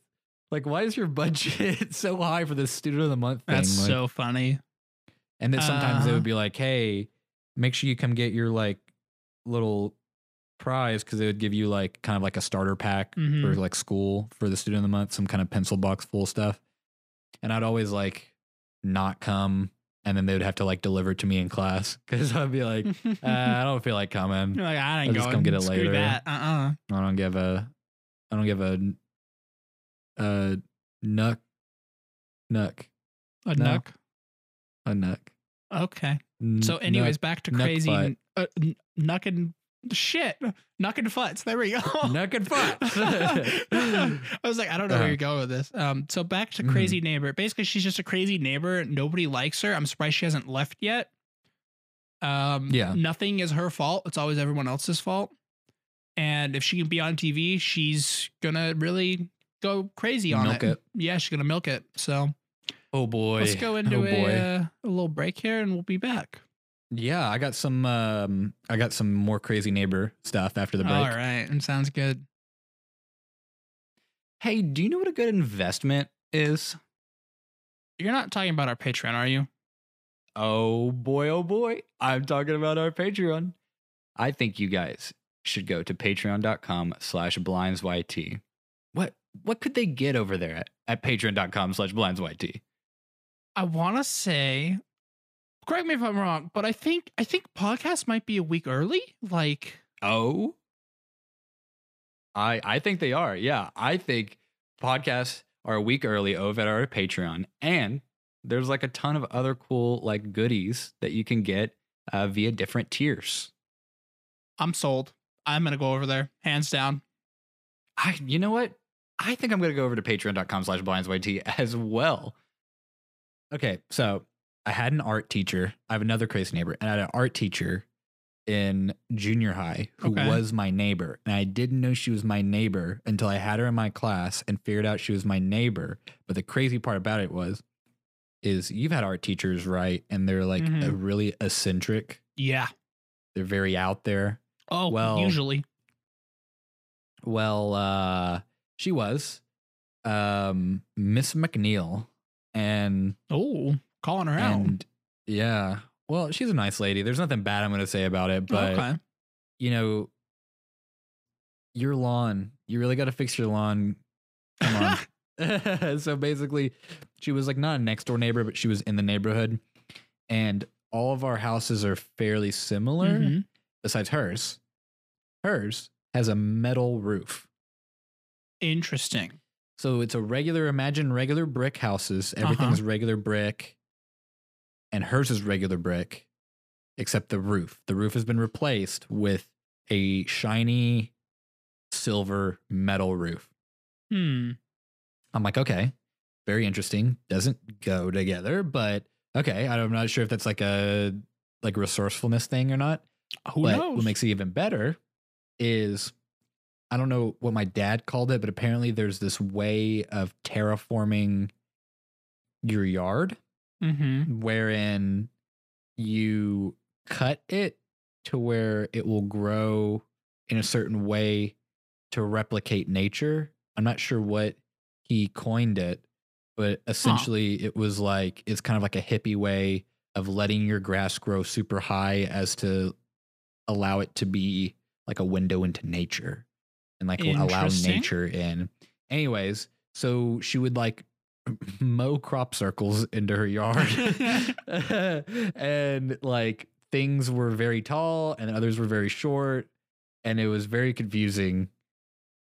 B: Like why is your budget so high for this student of the month thing?"
C: that's
B: Like-
C: so funny.
B: and then sometimes they
C: Uh-huh.
B: would be like, "Hey, make sure you come get your like little prize because they would give you like kind of like a starter pack
C: Mhm.
B: for like school for the student of the month, some kind of pencil box full of stuff." And I'd always like not come, and then they would have to like deliver it to me in class because I'd be like, uh, "I don't feel like coming.
C: You're like I
B: I'll
C: ain't
B: just
C: going.
B: come get it
C: Screw
B: later."
C: that. Uh uh
B: I don't give a, I don't give a, a nuck, nuck, No.
C: A nuck.
B: a nuck."
C: Okay. So, anyways, back to
B: nuck
C: crazy
B: fight.
C: uh, n- nuck and shit. Nuck and futz. There we go.
B: nuck and fuck.
C: I was like, I don't know where
B: Uh-huh.
C: you're going with this. Um, so back to
B: Mhm.
C: crazy neighbor. Basically, she's just a crazy neighbor. Nobody likes her. I'm surprised she hasn't left yet. Um,
B: Yeah.
C: nothing is her fault. It's always everyone else's fault. And if she can be on TV, she's gonna really go crazy on
B: Milk
C: it.
B: it.
C: Yeah, she's gonna milk it. So
B: Oh boy.
C: let's go into
B: oh,
C: a, uh, a little break here, and we'll be back.
B: Yeah, I got some um I got some more crazy neighbor stuff after the break.
C: All right, and sounds good.
B: Hey, do you know what a good investment is?
C: You're not talking about our Patreon, are you?
B: Oh boy, oh boy. I'm talking about our Patreon. I think you guys should go to patreon.com slash blindsyt. What what could they get over there at, at patreon.com slash blindsyt?
C: I want to say, correct me if I'm wrong, but I think I think podcast might be a week early. Like,
B: Oh. I I think they are. Yeah, I think podcasts are a week early over at our Patreon, and there's like a ton of other cool like goodies that you can get uh, via different tiers.
C: I'm sold. I'm gonna go over there, hands down.
B: I you know what? I think I'm gonna go over to patreon.com slash blindsyt as well. Okay, so I had an art teacher. I have another crazy neighbor, and I had an art teacher in junior high who
C: Okay.
B: was my neighbor. And I didn't know she was my neighbor until I had her in my class and figured out she was my neighbor. But the crazy part about it was is you've had art teachers, right? And they're like a
C: Mhm.
B: really eccentric.
C: Yeah.
B: They're very out there.
C: Oh,
B: Well,
C: usually.
B: Well, uh, she was um, Miss McNeil, and
C: Oh, calling her out.
B: and yeah, well, she's a nice lady. There's nothing bad I'm going to say about it, but
C: okay.
B: you know, your lawn, you really got to fix your lawn. Come on, so basically, she was like not a next door neighbor, but she was in the neighborhood. And all of our houses are fairly similar,
C: Mhm.
B: besides hers. Hers has a metal roof.
C: Interesting.
B: So it's a regular, imagine regular brick houses. Everything's regular brick. And hers is regular brick, except the roof. The roof has been replaced with a shiny silver metal roof.
C: Hmm.
B: I'm like, okay, very interesting. Doesn't go together, but okay. I'm not sure if that's like a like resourcefulness thing or not.
C: Who
B: but
C: knows?
B: what makes it even better is I don't know what my dad called it, but apparently there's this way of terraforming your yard
C: mm-hmm.
B: wherein you cut it to where it will grow in a certain way to replicate nature. I'm not sure what he coined it, but essentially it was like it's kind of like a hippie way of letting your grass grow super high as to allow it to be like a window into nature and like allow
C: Interesting.
B: nature in. Anyways, so she would like mow crop circles into her yard. and like things were very tall and others were very short and it was very confusing.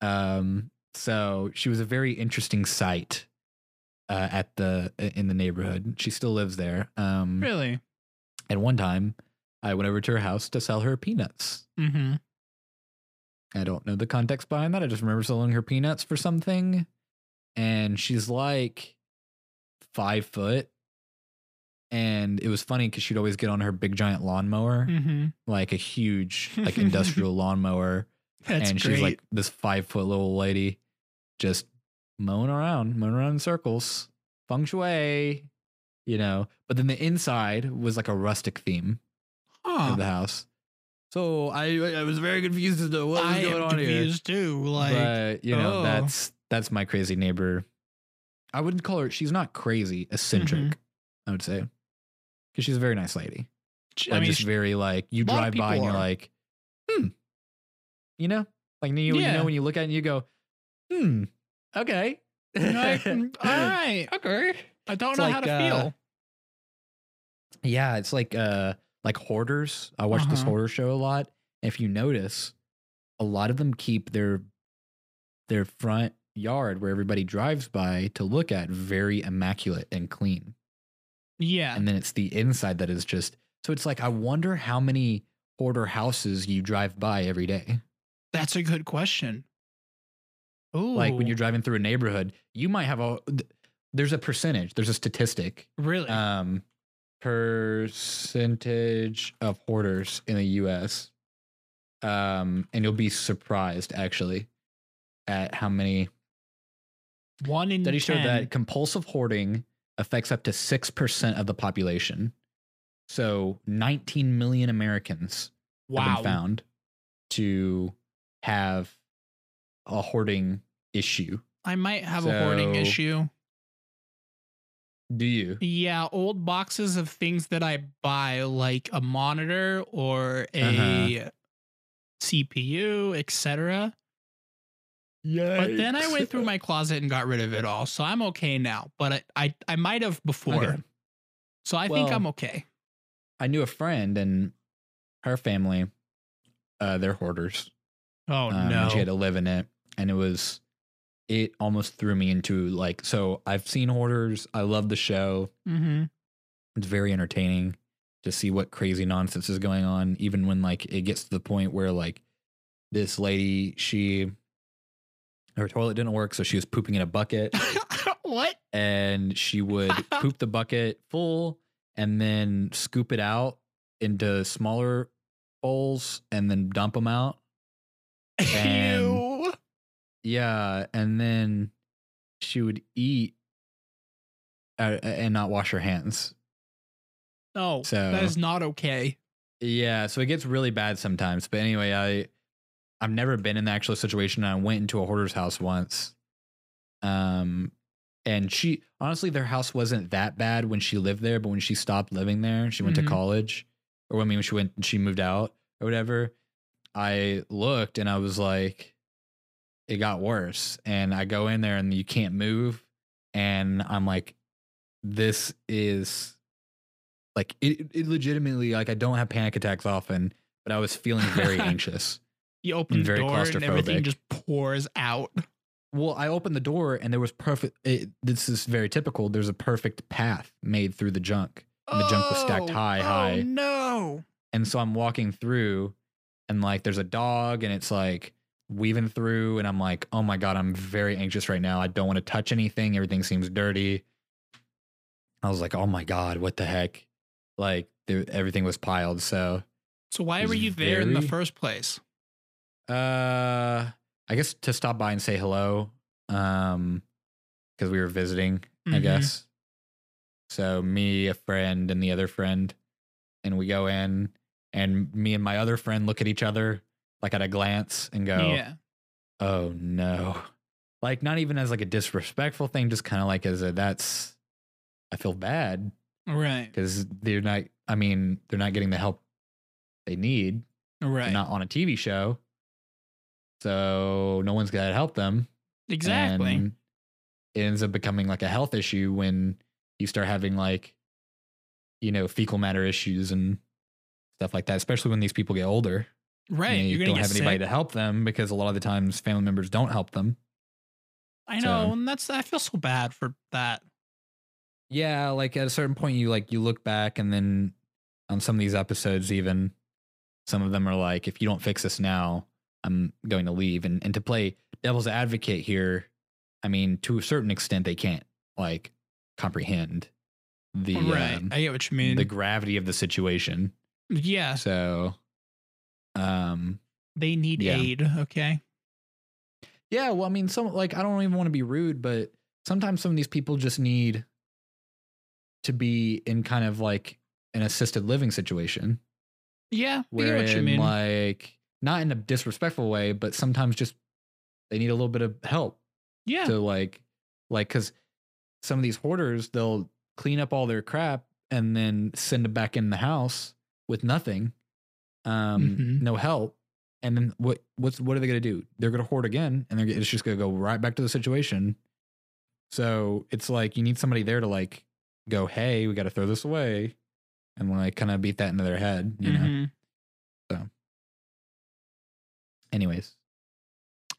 B: Um so she was a very interesting sight uh, at the in the neighborhood. She still lives there. Um
C: Really?
B: and one time I went over to her house to sell her peanuts.
C: Mm-hmm.
B: I don't know the context behind that. I just remember selling her peanuts for something. And she's like five foot. And it was funny because she'd always get on her big giant lawnmower,
C: Mm-hmm.
B: like a huge, like industrial lawnmower.
C: That's
B: and
C: great.
B: she's like this five foot little lady just mowing around, mowing around in circles, feng shui, you know. But then the inside was like a rustic theme
C: huh.
B: of the house. So I I was very confused as to what was
C: I
B: going
C: am
B: on here.
C: confused too. Like,
B: but you know,
C: oh.
B: that's that's my crazy neighbor. I wouldn't call her she's not crazy, eccentric,
C: Mm-hmm.
B: I would say. Cause she's a very nice lady.
C: j-
B: Like
C: I mean,
B: just
C: sh-
B: very like you
C: lot of
B: drive by and
C: people
B: you're
C: are.
B: like, hmm. You know? Like you, you
C: Yeah.
B: know when you look at it and you go, hmm, okay.
C: like,
B: "Hmm,
C: mm, all right.
B: Okay.
C: I don't
B: It's
C: know
B: like,
C: how to
B: uh,
C: feel.
B: Yeah, it's like uh like hoarders. I watch this
C: Uh-huh.
B: horror show a lot. If you notice, a lot of them keep their their front yard where everybody drives by to look at very immaculate and clean.
C: Yeah.
B: And then it's the inside that is just so it's like I wonder how many hoarder houses you drive by every day.
C: That's a good question. Ooh.
B: Like when you're driving through a neighborhood, you might have a there's a percentage, there's a statistic
C: really.
B: um percentage of hoarders in the US. Um and you'll be surprised actually at how many
C: One in
B: studies show
C: 10.
B: that compulsive hoarding affects up to 6% of the population. So 19 million Americans have
C: wow.
B: been found to have a hoarding issue.
C: I might have a hoarding
B: So-
C: issue.
B: Do you?
C: Yeah, old boxes of things that I buy, like a monitor or a
B: Uh-huh.
C: CPU, etc.
B: Yeah.
C: But then I went through my closet and got rid of it all, so I'm okay now. But I I, I might have before,
B: Okay.
C: so I think
B: Well,
C: I'm okay.
B: I knew a friend and her family, uh, they're hoarders.
C: Oh
B: um,
C: no!
B: And she had to live in it. And it was, it almost threw me into like, so I've seen hoarders. I love the show.
C: mm-hmm.
B: It's very entertaining to see what crazy nonsense is going on, even when like it gets to the point where like this lady, she, her toilet didn't work. So she was pooping in a bucket
C: what?
B: and she would poop the bucket full and then scoop it out into smaller bowls and then dump them out. And-
C: Ew.
B: Yeah, and then she would eat uh, and not wash her hands.
C: No,
B: So-
C: that is not okay.
B: Yeah, so it gets really bad sometimes. But anyway, I I've never been in the actual situation. I went into a hoarder's house once. Um and she honestly their house wasn't that bad when she lived there, but when she stopped living there, she went
C: Mhm.
B: to college or I mean when she went she moved out or whatever, I looked and I was like it got worse and I go in there and you can't move and I'm like, this is like it, it legitimately like I don't have panic attacks often, but I was feeling very anxious.
C: You open
B: And
C: the
B: very
C: door and everything
B: claustrophobic.
C: just pours out.
B: Well, I opened the door and there was perfect. It, this is very typical. There's a perfect path made through the junk, and the junk was stacked
C: Oh,
B: high,
C: oh,
B: high.
C: No.
B: And so I'm walking through and like there's a dog and it's like weaving through and I'm like, "Oh my god, I'm very anxious right now. I don't want to touch anything. Everything seems dirty." I was like, "Oh my god, what the heck?" Like there, everything was piled. So,
C: So why
B: It's
C: were you there in the
B: very-
C: first place?
B: uh I guess to stop by and say hello um cuz we were visiting, I
C: Mhm.
B: guess. So, me, a friend and the other friend and we go in and me and my other friend look at each other like at a glance and go
C: Yeah.
B: oh no like not even as like a disrespectful thing just kind of like as a that's i feel bad
C: Right.
B: because they're not i mean they're not getting the help they need
C: Right.
B: they're not on a tv show so no one's gonna help them
C: exactly.
B: and it ends up becoming like a health issue when you start having like, you know, fecal matter issues and stuff like that, especially when these people get older. and
C: right.
B: they
C: You're gonna
B: don't
C: get
B: have
C: sick.
B: anybody to help them because a lot of the times family members don't help them.
C: I
B: so-
C: know, and that's I feel so bad for that.
B: Yeah, like at a certain point you like you look back and then on some of these episodes even some of them are like if you don't fix this now, I'm going to leave and and to play devil's advocate here, I mean to a certain extent they can't like comprehend the
C: right.
B: um,
C: I get what you mean.
B: the gravity of the situation.
C: yeah.
B: So um
C: They need
B: Yeah.
C: aid. Okay.
B: yeah, well I mean some like I don't even want to be rude, but sometimes some of these people just need to be in kind of like an assisted living situation.
C: Yeah. I get
B: wherein
C: what you mean.
B: like not in a disrespectful way, but sometimes just they need a little bit of help
C: yeah.
B: to like like because some of these hoarders they'll clean up all their crap and then send it back in the house with nothing, um,
C: Mhm.
B: no help. And then what? What's what are they gonna do? They're gonna hoard again, and they're it's just gonna go right back to the situation. So it's like you need somebody there to like go, hey, we got to throw this away, and like kind of beat that into their head, you know.
C: Mhm.
B: Anyways,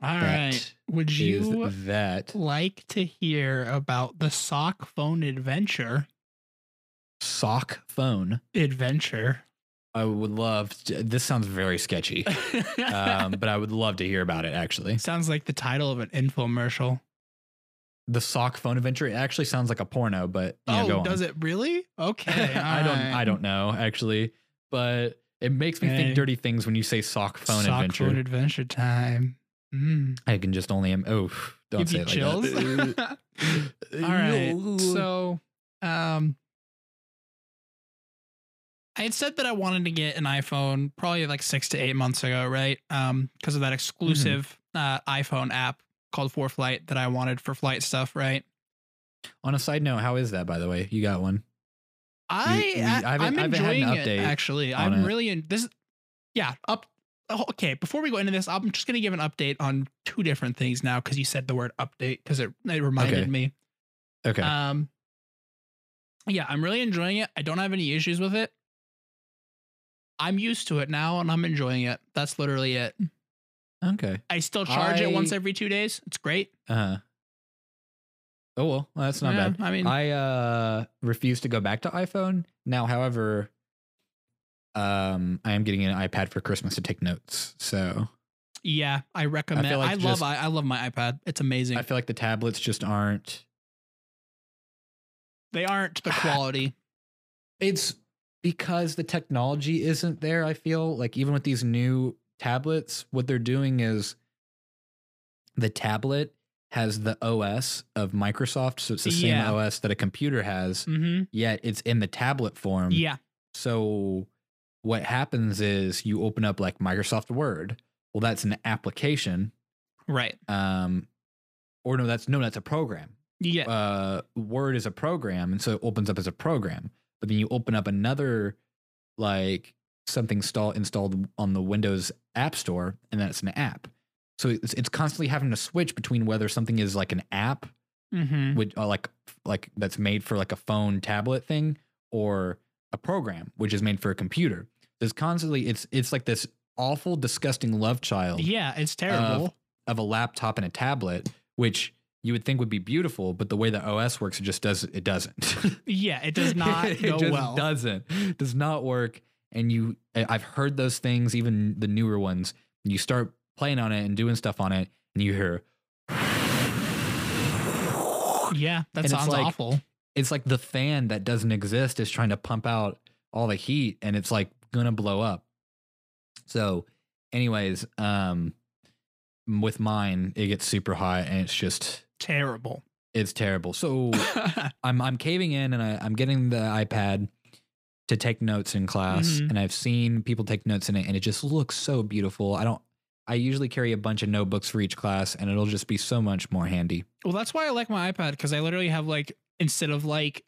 C: All right.
B: That
C: Would you
B: is that
C: like to hear about the sock phone adventure?
B: sock phone?
C: Adventure.
B: I would love. To, this sounds very sketchy, um, but I would love to hear about it. Actually,
C: Sounds like the title of an infomercial.
B: the sock phone adventure. It actually sounds like a porno, but you know, go
C: oh, does
B: on.
C: it really? Okay.
B: I don't. I don't know actually, but it makes me
C: Okay.
B: think dirty things when you say sock phone
C: sock
B: adventure.
C: phone adventure time. Mm.
B: I can just only. Im- oh, don't
C: Give
B: say
C: you
B: it like
C: chills.
B: that.
C: All right. So, um, I had said that I wanted to get an iPhone probably like six to eight months ago, right? Um, because
B: Mm-hmm.
C: of that exclusive uh, iPhone app called For Flight that I wanted for flight stuff, right?
B: on a side note, how is that by the way? You got one?
C: I,
B: we- I
C: I
B: haven't-
C: am
B: I haven't had an
C: enjoying it
B: update
C: actually.
B: on
C: I'm
B: it.
C: really in this. Yeah, up. oh, Okay, before we go into this, I'm just gonna give an update on two different things now because you said the word update because it it reminded
B: Okay.
C: me.
B: Okay.
C: Um. Yeah, I'm really enjoying it. I don't have any issues with it. I'm used to it now, and I'm enjoying it. That's literally it.
B: okay.
C: I still charge it
B: I-
C: once every two days. It's great.
B: Uh huh. Oh well, that's not
C: Yeah,
B: bad.
C: I mean,
B: I uh refuse to go back to iPhone. Now, however, um I am getting an iPad for Christmas to take notes. So
C: yeah, I recommend. I,
B: like
C: love.
B: just-
C: I, I love my iPad. It's amazing.
B: I feel like the tablets just aren't
C: they aren't the quality.
B: it's because the technology isn't there, I feel like even with these new tablets, what they're doing is the tablet has the OS of Microsoft, so it's the same
C: Yeah.
B: OS that a computer has,
C: mm-hmm.
B: yet it's in the tablet form.
C: Yeah.
B: So what happens is you open up like Microsoft Word. Well, that's an application.
C: Right.
B: Um, or no, that's no, that's a program.
C: Yeah.
B: Uh, Word is a program, and so it opens up as a program. But then you open up another, like something stall installed on the Windows App Store, and that's an app. So it's it's constantly having to switch between whether something is like an app
C: Mm-hmm.
B: which uh, like like that's made for like a phone tablet thing or a program which is made for a computer there's constantly it's it's like this awful disgusting love child
C: Yeah, it's terrible.
B: of a laptop and a tablet which you would think would be beautiful but the way the os works it just does it doesn't
C: yeah, it does not
B: it
C: go
B: just
C: well.
B: doesn't does not work and you I- i've heard those things even the newer ones you start playing on it and doing stuff on it and you hear
C: Yeah,
B: And
C: that
B: it's
C: sounds
B: like-
C: awful.
B: it's like the fan that doesn't exist is trying to pump out all the heat and it's like gonna blow up so anyways um m- with mine it gets super hot and it's just
C: Terrible.
B: it's terrible so i'm i'm caving in and I, i'm getting the ipad to take notes in class
C: Mhm.
B: and i've seen people take notes in it and it just looks so beautiful i don't i usually carry a bunch of notebooks for each class and it'll just be so much more handy
C: Well, that's why I like my iPad because I literally have like instead of like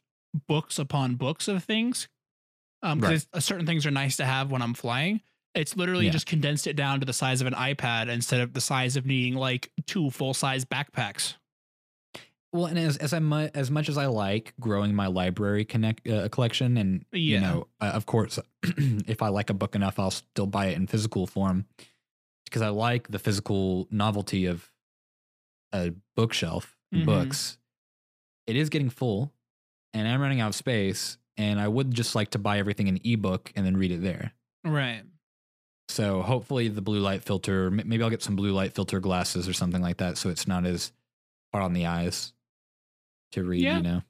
C: books upon books of things, um,
B: Right.
C: because certain things are nice to have when I'm flying. It's literally
B: Yeah.
C: just condensed it down to the size of an iPad instead of the size of needing like two full size backpacks.
B: Well, and as as I mu- as much as I like growing my library connect uh, collection, and you
C: Yeah.
B: know, uh, of course, if I like a book enough, I'll still buy it in physical form because I like the physical novelty of a bookshelf and
C: Mhm.
B: books. It is getting full, and I'm running out of space, and I would just like to buy everything in ebook and then read it there.
C: Right.
B: So hopefully the blue light filter, m- maybe I'll get some blue light filter glasses or something like that, so it's not as hard on the eyes to read.
C: Yeah.
B: You know,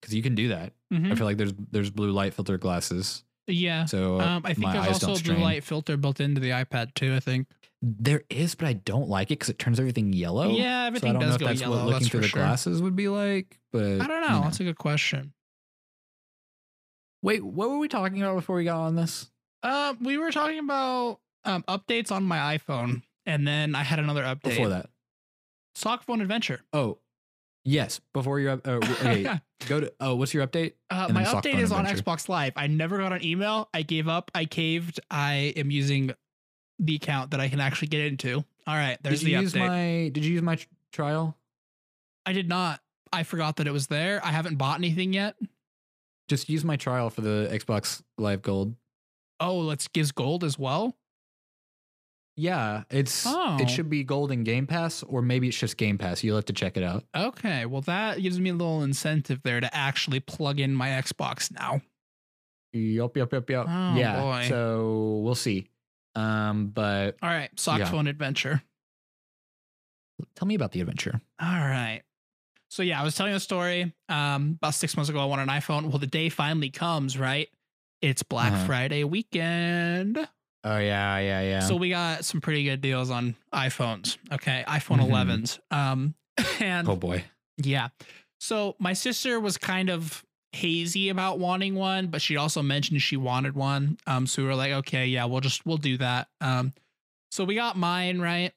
B: because you can do that. I feel like there's there's blue light filter glasses,
C: Yeah.
B: Mm-hmm. so
C: Um, I think
B: my
C: there's
B: eyes
C: also
B: don't
C: a blue
B: strain.
C: light filter built into the iPad too. I think.
B: There is, but I don't like it because it turns everything yellow.
C: yeah,
B: so I
C: everything
B: don't know
C: does
B: if
C: go
B: that's
C: yellow.
B: what looking
C: that's
B: through
C: for
B: the
C: sure.
B: glasses would be like. But
C: I don't know.
B: you
C: That's a good question.
B: Wait, what were we talking about before we got on this?
C: Uh, we were talking about um, updates on my iPhone, and then I had another update
B: Before that,
C: Sock Phone Adventure.
B: oh, yes, before your up- uh, okay, go to oh, what's your update?
C: Uh,
B: And
C: my
B: then Sock
C: update
B: Phone
C: is on
B: Adventure.
C: Xbox Live. I never got an email. I gave up. I caved. I am using the account that I can actually get into. All right, there's
B: did you
C: the
B: use
C: update.
B: my? Did you use my tr- trial?
C: I did not. I forgot that it was there. I haven't bought anything yet.
B: just use my trial for the Xbox Live Gold.
C: Oh, let's gives gold as well.
B: Yeah, it's
C: Oh.
B: it should be Gold and Game Pass, or maybe it's just Game Pass. You'll have to check it out.
C: Okay, well that gives me a little incentive there to actually plug in my Xbox now.
B: Yup, yup, yup, yup.
C: Oh,
B: yeah.
C: boy.
B: So we'll see. Um, but
C: All right, Sock
B: Yeah.
C: Phone Adventure.
B: tell me about the adventure.
C: All right. So yeah, I was telling a story. Um, about six months ago, I won an iPhone. Well, the day finally comes, right? It's Black
B: Uh-huh.
C: Friday weekend.
B: Oh yeah, yeah, yeah.
C: So we got some pretty good deals on iPhones. Okay, iPhone
B: Mhm.
C: 11s. Um, and
B: oh boy.
C: yeah. So my sister was kind of hazy about wanting one, but she also mentioned she wanted one. Um, so we were like, okay, yeah, we'll just we'll do that. Um, so we got mine right.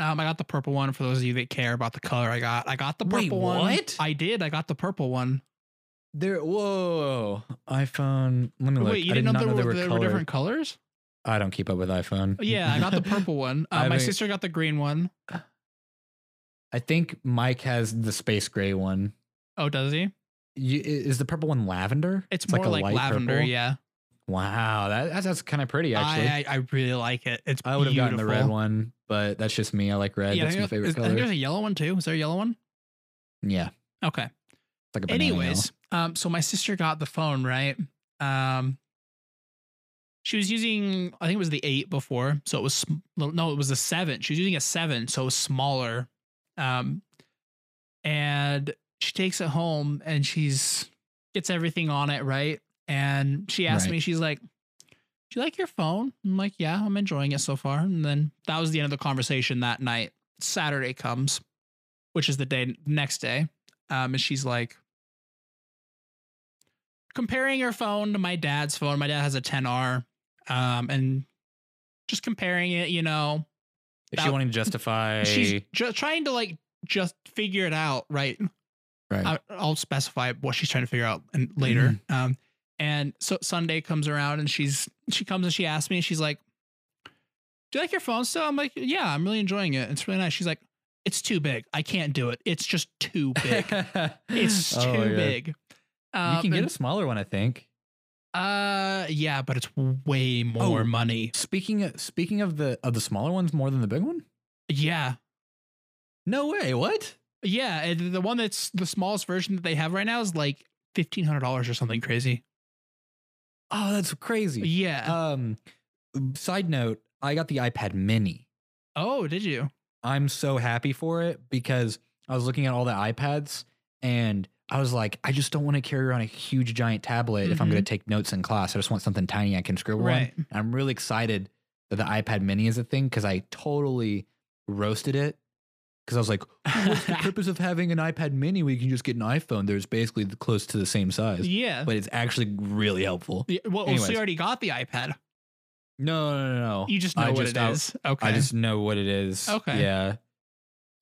C: Um, I got the purple one. For those of you that care about the color, I got I got the purple
B: Wait,
C: one.
B: what?
C: I did. I got the purple one.
B: There. Whoa. iPhone. Let me look.
C: Wait, you
B: I did
C: didn't
B: not
C: know there,
B: there
C: were, there were
B: color.
C: different colors?
B: I don't keep up with iPhone.
C: Yeah, I got the purple one.
B: I
C: Uh, my
B: haven't-
C: sister got the green one.
B: I think Mike has the space gray one.
C: Oh, does he?
B: You, i- is the purple one lavender?
C: It's, more
B: a
C: like,
B: light
C: lavender.
B: purple?
C: Yeah,
B: Wow, that that's, that's kind of pretty actually.
C: I, I I really like it. It's
B: I would have gotten the red
C: beautiful.
B: one, but that's just me. I like red.
C: Yeah, I
B: that's
C: think
B: my
C: there-
B: favorite
C: is- I
B: color.
C: think there's a yellow one too. Is there a yellow one?
B: yeah. It's
C: Okay.
B: like a banana yellow.
C: Anyways, um, so my sister got the phone, right? Um, she was using, I think it was the eight before, so it was sm- no, it was a seven. She was using a seven, so it was smaller. Um, and she takes it home and she's gets everything on it, right? And she asked
B: Right.
C: me, she's like, "Do you like your phone?" I'm like, "Yeah, I'm enjoying it so far." And then that was the end of the conversation that night. Saturday comes, which is the day next day, um, and she's like comparing her phone to my dad's phone. My dad has a 10R, um, and just comparing it, you know,
B: If she
C: that-
B: wanted to justify,
C: she's ju- trying to like just figure it out, right?
B: right. Mm-hmm.
C: I, I'll specify what she's trying to figure out and later. Um, and so Sunday comes around and she's she comes and she asks me, she's like, "Do you like your phone still?" I'm like, "Yeah, I'm really enjoying it. It's really nice." She's like, it's too big. I can't do it. It's just too big. it's too
B: Oh, yeah.
C: big.
B: You
C: Um,
B: can get
C: and-
B: a smaller one, I think.
C: Uh, yeah, but it's way more
B: Oh.
C: money.
B: Speaking of, speaking of the of the smaller ones more than the big one?
C: Yeah,
B: No way. What?
C: yeah. and The one that's the smallest version that they have right now is like fifteen hundred dollars or something crazy.
B: Oh, that's crazy.
C: Yeah.
B: Um side note, I got the iPad mini.
C: oh, did you?
B: I'm so happy for it because I was looking at all the iPads and I was like, I just don't want to carry around a huge giant tablet if I'm
C: Mhm.
B: going to take notes in class. I just want something tiny I can scribble on.
C: Right.
B: I'm really excited that the iPad mini is a thing because I totally roasted it. Because I was like, "Oh, what's the purpose of having an iPad mini when you can just get an iPhone? There's basically the- close to the same size,
C: Yeah.
B: but it's actually really helpful.
C: Yeah, well, oh, so
B: anyways.
C: you already got the iPad.
B: No, no, no, no.
C: You just know
B: I
C: what
B: just-
C: it
B: I-
C: is. Okay.
B: I just uh, know what it is.
C: Okay.
B: Yeah.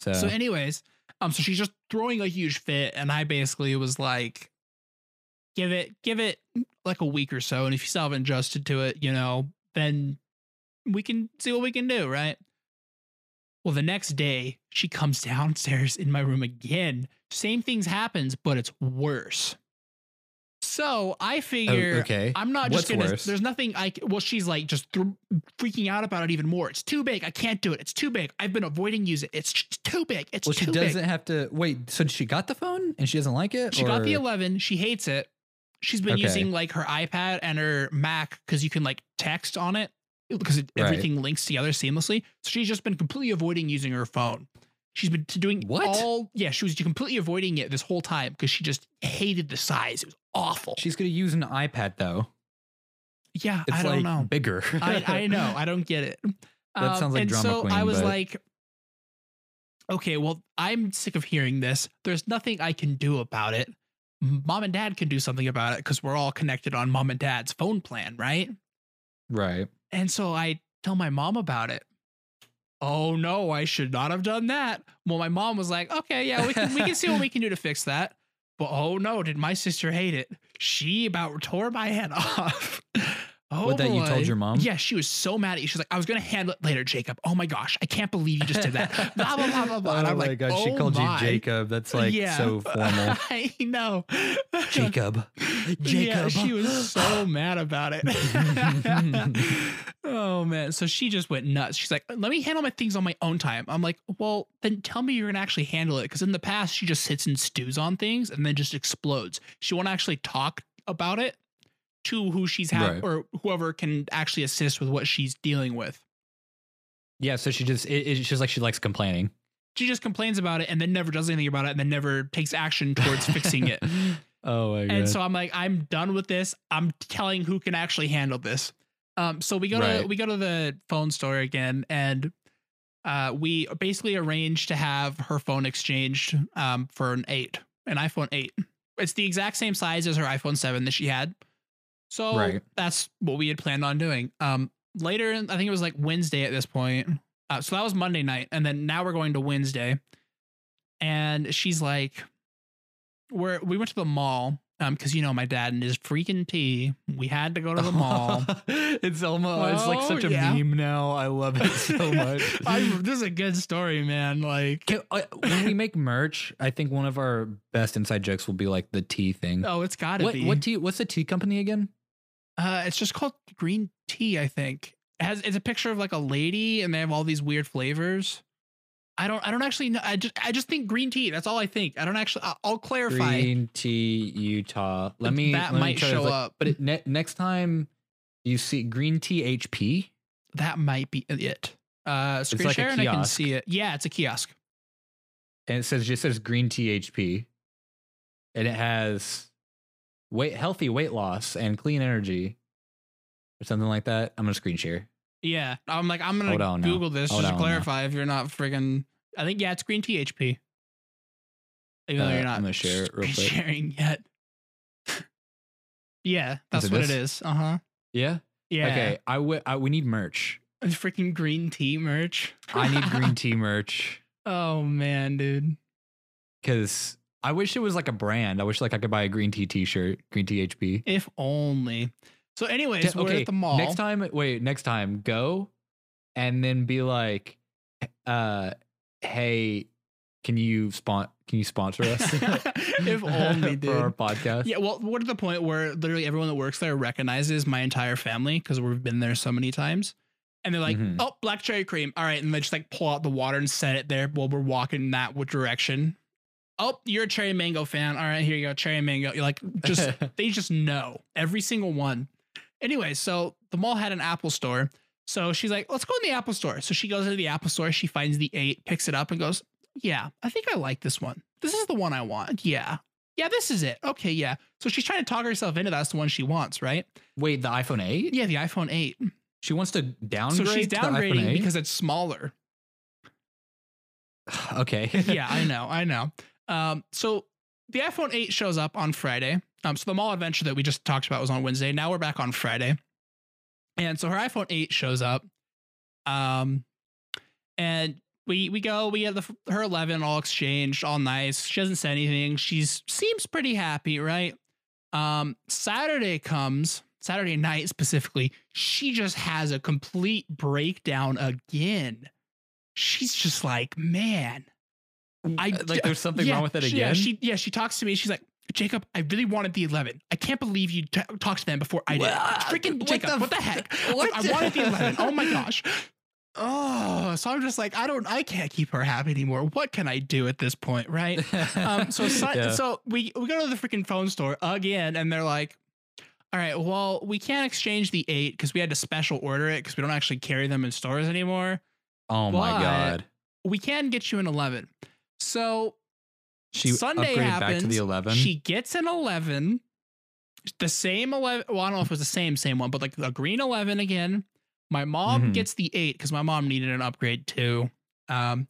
B: So,
C: So, anyways, um, so she's just throwing a huge fit, and I basically was like, give it, give it like a week or so, and if you still haven't adjusted to it, you know, then we can see what we can do, right? Well, the next day she comes downstairs in my room again. Same things happens, but it's worse. So I
B: Oh,
C: figure
B: okay.
C: I'm not
B: What's
C: just gonna.
B: worse?
C: There's nothing I. c- Well, she's like just thr freaking out about it even more. It's too big. I can't do it. It's too big. I've been avoiding using it. It's just too big. It's
B: Well,
C: too
B: she doesn't
C: big.
B: have to wait. So she got the phone and she doesn't like it.
C: She got the
B: or-
C: 11. She hates it. She's been
B: Okay.
C: using like her iPad and her Mac because you can like text on it because it,
B: Right.
C: everything links together seamlessly. So she's just been completely avoiding using her phone. She's been t- doing
B: What?
C: all. Yeah, she was completely avoiding it this whole time because she just hated the size. It was awful.
B: She's gonna use an iPad though.
C: yeah,
B: It's
C: I don't
B: like
C: know.
B: bigger.
C: I, I know. I don't get it. Um,
B: That sounds like
C: and
B: drama
C: so
B: queen,
C: I was
B: but-
C: like, okay, well, I'm sick of hearing this. There's nothing I can do about it. Mom and dad can do something about it because we're all connected on mom and dad's phone plan, right?
B: right.
C: And so I tell my mom about it. Oh no, I should not have done that. Well, my mom was like, okay, yeah, we can we can see what we can do to fix that. But oh no, did my sister hate it? She about tore my head off. Oh,
B: What, that you told
C: boy.
B: your mom?
C: Yeah, she was so mad at you. She was like, I was gonna handle it later, Jacob. Oh my gosh, I can't believe you just did that. Blah blah blah blah blah. And
B: oh
C: I'm
B: my
C: like,
B: god,
C: oh
B: she called
C: my.
B: you Jacob. That's like
C: Yeah.
B: so formal.
C: I know.
B: Jacob.
C: Yeah,
B: Jacob.
C: she was so mad about it. oh man. So she just went nuts. She's like, let me handle my things on my own time. I'm like, well, then tell me you're gonna actually handle it. Cause in the past, she just sits and stews on things and then just explodes. She won't actually talk about it to who she's had
B: Right.
C: or whoever can actually assist with what she's dealing with.
B: yeah, so she just it, it's just like she likes complaining.
C: She just complains about it and then never does anything about it and then never takes action towards fixing it.
B: Oh my god.
C: And so I'm like, I'm done with this. I'm telling who can actually handle this. Um, so we go to
B: Right.
C: we go to the phone store again, and uh, we basically arrange to have her phone exchanged um, for an eight, an iPhone eight. It's the exact same size as her iPhone seven that she had. So
B: Right.
C: that's what we had planned on doing. Um, later, in- I think it was like Wednesday at this point. Uh, so that was Monday night, and then now we're going to Wednesday, and she's like, "We're we went to the mall, um, because you know my dad and his freaking tea. We had to go to the mall."
B: it's almost it's like
C: Oh,
B: such a
C: yeah.
B: meme now. I love it so much.
C: I, this is a good story, man. Like,
B: Can, uh, when we make merch, I think one of our best inside jokes will be like the tea thing.
C: oh, it's got to
B: what
C: be.
B: what tea? What's the tea company again?
C: Uh, it's just called green tea, I think. It has it's a picture of like a lady, and they have all these weird flavors. I don't. I don't actually know. I just. I just think green tea. That's all I think. I don't actually. I'll, I'll clarify.
B: Green tea Utah. Let me.
C: That
B: let me
C: might
B: try to,
C: show
B: like-
C: up,
B: But it, ne- next time you see green tea HP,
C: that might be it. Uh, screen
B: like a
C: share and I can
B: kiosk.
C: see it. Yeah, it's a kiosk.
B: and it says just says green tea HP, and it has weight healthy weight loss and clean energy, or something like that. I'm gonna screen share.
C: Yeah, I'm like I'm
B: Hold
C: gonna
B: on now.
C: Google this
B: Hold
C: just to
B: on now.
C: clarify if you're not friggin' I think yeah, it's green THP. Even
B: Uh,
C: though you're
B: I'm
C: not
B: gonna share it real
C: screen
B: quick.
C: sharing yet. yeah, that's
B: it
C: what
B: this?
C: it is. Uh huh.
B: Yeah.
C: Yeah.
B: Okay. I wi- I- we need merch.
C: It's freaking green tea merch.
B: I need green tea merch.
C: oh man, dude.
B: Cause I wish it was like a brand. I wish like I could buy a green tea T-shirt, green tea HP.
C: If only. So, anyways,
B: Te-
C: we're
B: okay,
C: at the mall.
B: Next time, wait, next time, go and then be like, uh, hey, Can you spon- Can you sponsor us?
C: if only,
B: for our
C: dude.
B: podcast.
C: Yeah, well, we're to the point where literally everyone that works there recognizes my entire family because we've been there so many times. And they're like,
B: Mhm.
C: oh, black cherry cream. All right. And they just like pull out the water and set it there while we're walking that w- direction. Oh, you're a cherry mango fan. All right, here you go. Cherry mango. You're like, just, they just know every single one. Anyway, so the mall had an Apple store. So she's like, let's go in the Apple store. So she goes into the Apple store. She finds the eight, picks it up, and goes, yeah, I think I like this one. This is the one I want. Yeah. Yeah, this is it. Okay, yeah. So she's trying to talk herself into that's the one she wants, right?
B: Wait, the iPhone 8?
C: Yeah, the iPhone 8.
B: She wants to downgrade.
C: so she's
B: to the iPhone
C: downgrading
B: 8?
C: because it's smaller.
B: okay.
C: yeah, I know, I know. Um, so the iPhone 8 shows up on Friday. Um, so the mall adventure that we just talked about was on Wednesday. Now we're back on Friday, and so her iPhone 8 shows up. Um, and we we go. We have the her 11 all exchanged, all nice. She doesn't say anything. She's seems pretty happy, right? Um, Saturday comes. Saturday night specifically, she just has a complete breakdown again. She's just like, man, I
B: uh, like there's something
C: yeah,
B: wrong with it
C: she-
B: again.
C: Yeah, she yeah she talks to me. She's like, Jacob, I really wanted the eleven. I can't believe you t- talked to them before I did.
B: Well,
C: Freaking
B: what
C: Jacob,
B: the
C: what the
B: f-
C: heck?
B: what
C: I
B: the-
C: wanted the eleven. Oh my gosh. Oh, so I'm just like, I don't, I can't keep her happy anymore. What can I do at this point, right? um, so si-
B: Yeah.
C: so we we go to the freaking phone store again, and they're like, "All right, well, we can't exchange the eight because we had to special order it because we don't actually carry them in stores anymore.
B: oh my
C: but-
B: god.
C: We can get you an eleven. So
B: She
C: Sunday
B: upgraded back to
C: happens,
B: the 11.
C: she gets an eleven, the same eleven. Well, I don't know if it was the same same one, but like a green eleven again. My mom
B: Mhm.
C: gets the eight because my mom needed an upgrade too. Um,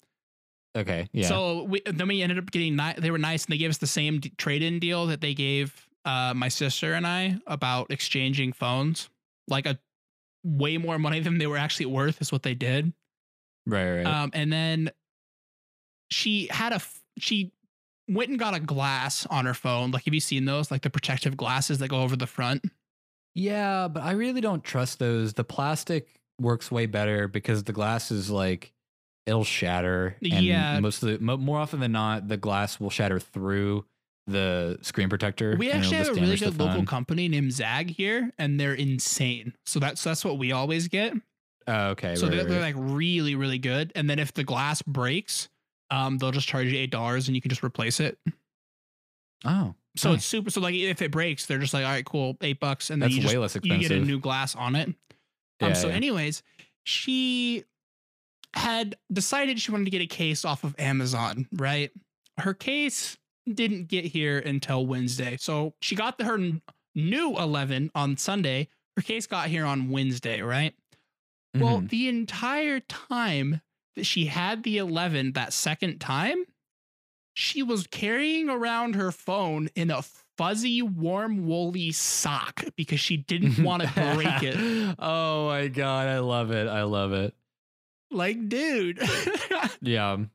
B: okay. Yeah.
C: So we, then we ended up getting. Ni- they were nice, and they gave us the same d- trade-in deal that they gave uh, my sister and I about exchanging phones, like a way more money than they were actually worth is what they did.
B: right, right.
C: Um, and then she had a f- she went and got a glass on her phone. Like, have you seen those? Like the protective glasses that go over the front.
B: yeah, but I really don't trust those. The plastic works way better because the glass is like it'll shatter. And
C: Yeah.
B: Most of the mo- more often than not, the glass will shatter through the screen protector.
C: We
B: and it'll
C: actually have
B: just
C: a really
B: damage the
C: good local
B: phone.
C: company named Zag here, and they're insane. So that's that's what we always get.
B: Oh, okay.
C: So
B: right,
C: they're,
B: right.
C: they're like really, really good. And then if the glass breaks, um, they'll just charge you eight dollars and you can just replace it.
B: oh,
C: So
B: Nice.
C: it's super. So like if it breaks, they're just like, all right, cool, eight bucks, and then
B: that's
C: you
B: way
C: just
B: less
C: you
B: expensive.
C: get a new glass on it.
B: Yeah,
C: um, so
B: yeah.
C: anyways, she had decided she wanted to get a case off of Amazon, right? Her case didn't get here until Wednesday. So she got her n- new 11 on Sunday. Her case got here on Wednesday, right? Well,
B: Mhm.
C: the entire time that she had the 11 that second time, she was carrying around her phone in a fuzzy, warm, woolly sock because she didn't want to break it.
B: Mm-hmm. oh my god, I love it. I love it.
C: Like, dude.
B: Yeah,
C: Um,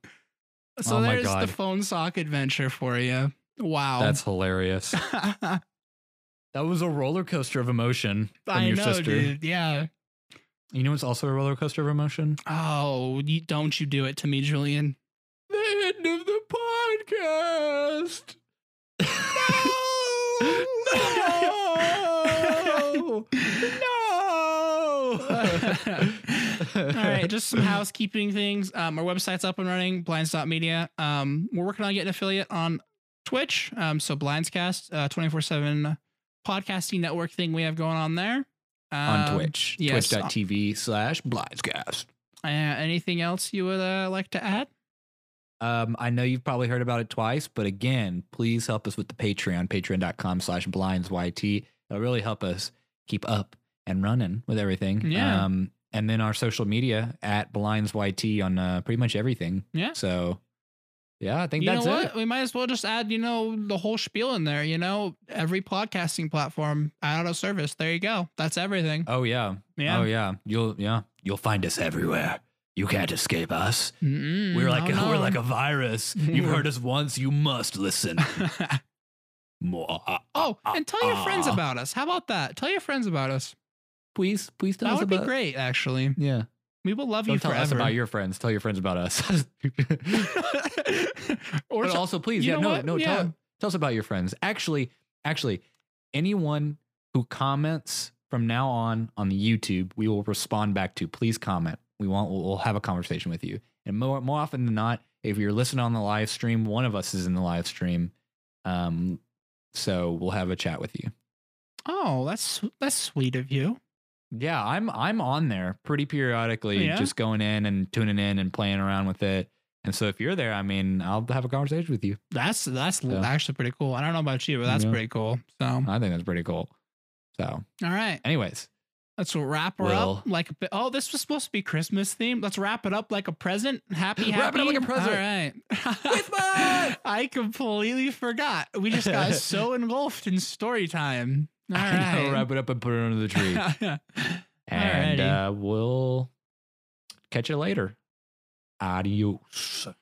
C: so
B: Oh my
C: there's the
B: God.
C: phone sock adventure for you. Wow.
B: that's hilarious.
C: I
B: that was a roller coaster of emotion from your
C: know,
B: sister.
C: dude. Yeah.
B: You know what's also a roller coaster of emotion?
C: Oh, you, don't you do it to me, Julian.
B: The end of the podcast.
C: No!
B: no.
C: All right, just some housekeeping things. Um, our website's up and running, blinds.media. Um, we're working on getting affiliate on Twitch. Um, so Blindscast, 24 7 podcasting network thing we have going on there. Um,
B: on Twitch.
C: yes.
B: Twitch.tv slash blindscast.
C: Uh, anything else you would uh, like to add?
B: Um, I know you've probably heard about it twice, but again, please help us with the Patreon, patreon.com slash blindsyt. It'll really help us keep up and running with everything.
C: Yeah.
B: Um, and then our social media at blindsyt on uh, pretty much everything.
C: Yeah.
B: So, yeah, I think
C: you
B: that's
C: know what?
B: it.
C: We might as well just add, you know, the whole spiel in there. You know, every podcasting platform, out of service. There you go. That's everything.
B: Oh yeah.
C: yeah.
B: Oh yeah. You'll yeah. You'll find us everywhere. You can't escape us.
C: Mm-mm,
B: We're like
C: I don't
B: a, we're
C: know.
B: like a virus. You've heard us once. You must listen. More.
C: oh, and tell your friends
B: Ah.
C: about us. How about that? Tell your friends about us.
B: Please, please tell
C: that
B: us
C: would
B: about.
C: be great, actually.
B: Yeah.
C: We will love
B: Don't
C: you
B: tell
C: forever.
B: us about your friends. Tell your friends about us.
C: or
B: but
C: so-
B: also, please,
C: you
B: yeah,
C: know
B: no,
C: what?
B: no,
C: Yeah.
B: Tell, tell us about your friends. Actually, actually, anyone who comments from now on on the YouTube, we will respond back to. Please comment. We want. We'll we'll have a conversation with you. And more more often than not, if you're listening on the live stream, one of us is in the live stream. Um, so we'll have a chat with you.
C: oh, that's that's sweet of you.
B: Yeah, I'm I'm on there pretty periodically,
C: Yeah?
B: just going in and tuning in and playing around with it. And so if you're there, I mean, I'll have a conversation with you.
C: That's that's
B: Yeah.
C: actually pretty cool. I don't know about you, but that's
B: Yeah. Uh,
C: pretty cool. So, all
B: I think that's pretty cool. So,
C: right,
B: anyways,
C: let's wrap her
B: Well-
C: up like a bit. Oh, this was supposed to be Christmas themed. Let's wrap it up like a present. Happy, happy.
B: Wrap it up like a present.
C: All right,
B: Christmas!
C: I completely forgot. We just got so engulfed in story time. All
B: I
C: right,
B: know, wrap it up and put it under the tree, and
C: Alrighty.
B: uh, we'll catch you later. Adios.